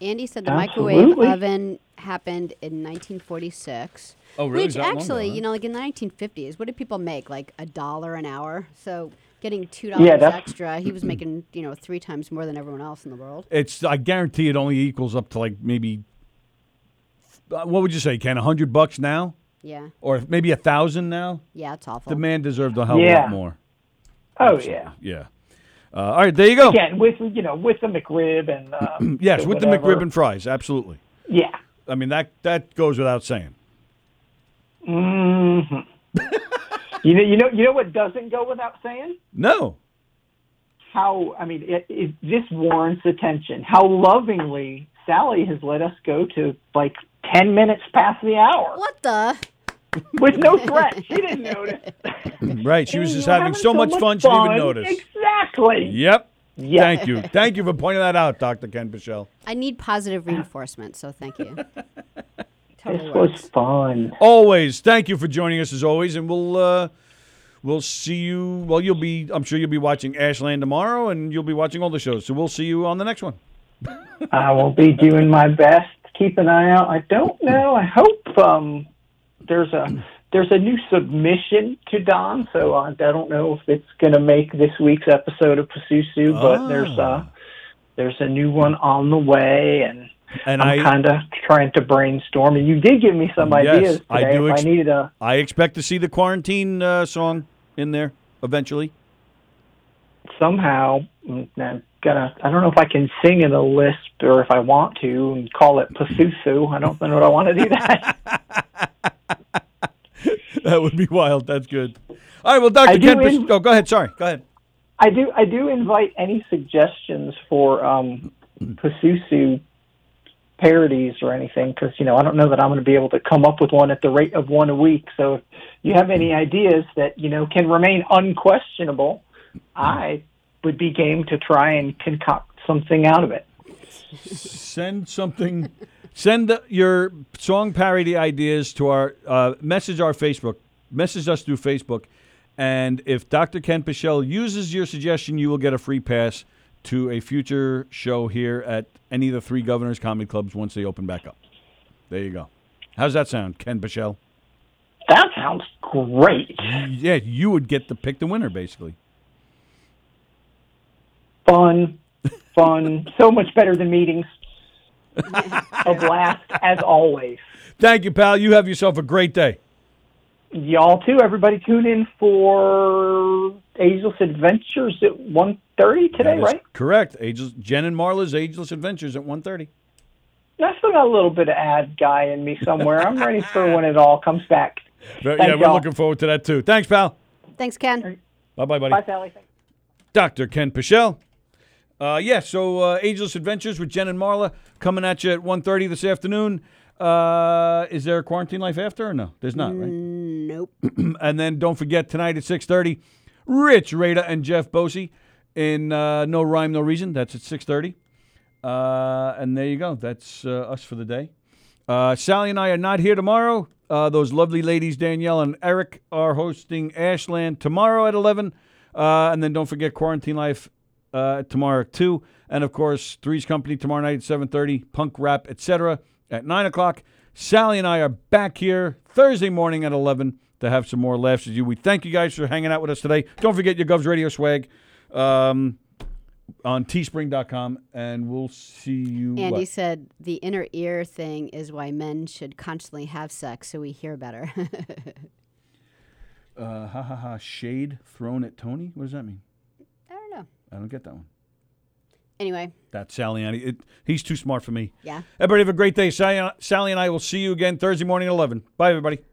Andy said the Absolutely. microwave oven happened in 1946. Oh, really? Is Which that long ago, actually, huh? you know, like in the 1950s, what did people make? Like a dollar an hour. So getting two dollars Yeah, that's- extra, he was making you know three times more than everyone else in the world. It's I guarantee it only equals up to like maybe uh, what would you say, Ken? A hundred bucks now, Yeah, or maybe a thousand now? yeah, it's awful. The man deserved a hell of a Yeah. lot more. Oh yeah. Yeah. Uh, all right, there you go. Again, with you know, with the McRib and um, <clears throat> Yes, with the whatever. McRib and fries, absolutely. Yeah. I mean that that goes without saying. hmm you know, you know, you know what doesn't go without saying? No. How I mean, it, it, this warrants attention. How lovingly Sally has let us go to like ten minutes past the hour what the? with no threat. She didn't notice. Right. She was We just were having so much fun she didn't even notice. Exactly. Yep. Yeah. Thank you. Thank you for pointing that out, Dr. Ken Pichelle. I need positive reinforcement, so <laughs> thank you. totally This was works. fun. Always. Thank you for joining us as always, and we'll uh, we'll see you. Well, you'll be. I'm sure you'll be watching Ashland tomorrow, and you'll be watching all the shows. So we'll see you on the next one. I will be doing my best. Keep an eye out. I don't know. I hope um, there's a there's a new submission to Don, so uh, I don't know if it's going to make this week's episode of Pasusu, but Ah. there's a there's a new one on the way, and And I'm I kind of trying to brainstorm. And you did give me some ideas I today. do if ex- I needed a I expect to see the quarantine uh, song in there eventually. <laughs> somehow. mm, I'm gonna. I don't know if I can sing in a lisp or if I want to and call it Pasusu. I don't know what I want to do <laughs> that. That would be wild. That's good. All right. Well, Dr. I do Ken. Pichelle. in- oh, go ahead. Sorry. Go ahead. I do I do invite any suggestions for um Pasusu parodies or anything because you know I don't know that I'm going to be able to come up with one at the rate of one a week. So if you have any ideas that you know can remain unquestionable, I would be game to try and concoct something out of it. send something send the, your song parody ideas to our uh, message our facebook message us through facebook and if dr ken pichel uses your suggestion you will get a free pass to a future show here at any of the three governors comedy clubs once they open back up there you go how's that sound ken pichel That sounds great. yeah you would get to pick the winner basically Fun, fun, so much better than meetings. a blast as always. thank you pal you have yourself a great day y'all too. Everybody tune in for Ageless Adventures at one thirty today, That is right? correct ageless jen and marla's ageless adventures at 1.30 I still got a little bit of ad guy in me somewhere. I'm ready for when it all comes back. yeah we're y'all. looking forward to that too thanks pal Thanks, Ken. Bye-bye, buddy. Bye, Sally. Dr. Ken Pichelle. Uh, yeah, so uh, Ageless Adventures with Jen and Marla coming at you at 1.30 this afternoon. Uh, is there a quarantine life after or no? There's not, right? Nope. <clears throat> and then don't forget tonight at 6.30, Rich Rada and Jeff Bosey in uh, No Rhyme, No Reason. That's at 6.30. Uh, and there you go. That's uh, us for the day. Uh, Sally and I are not here tomorrow. Uh, those lovely ladies, Danielle and Eric, are hosting Ashland tomorrow at 11. Uh, and then don't forget Quarantine Life uh, tomorrow at 2. And, of course, Three's Company tomorrow night at 7.30, Punk Rap, etc. at 9 o'clock. Sally and I are back here Thursday morning at 11 to have some more laughs with you. We thank you guys for hanging out with us today. Don't forget your Govs Radio swag um, on teespring.com. And we'll see you. Andy what? said the inner ear thing is why men should constantly have sex so we hear better. <laughs> Uh, ha ha ha! Shade thrown at Tony. What does that mean? I don't know. I don't get that one. Anyway, That's Sally and I. It, he's too smart for me. yeah. Everybody have a great day. Sally, Sally and I will see you again Thursday morning at eleven. Bye, everybody.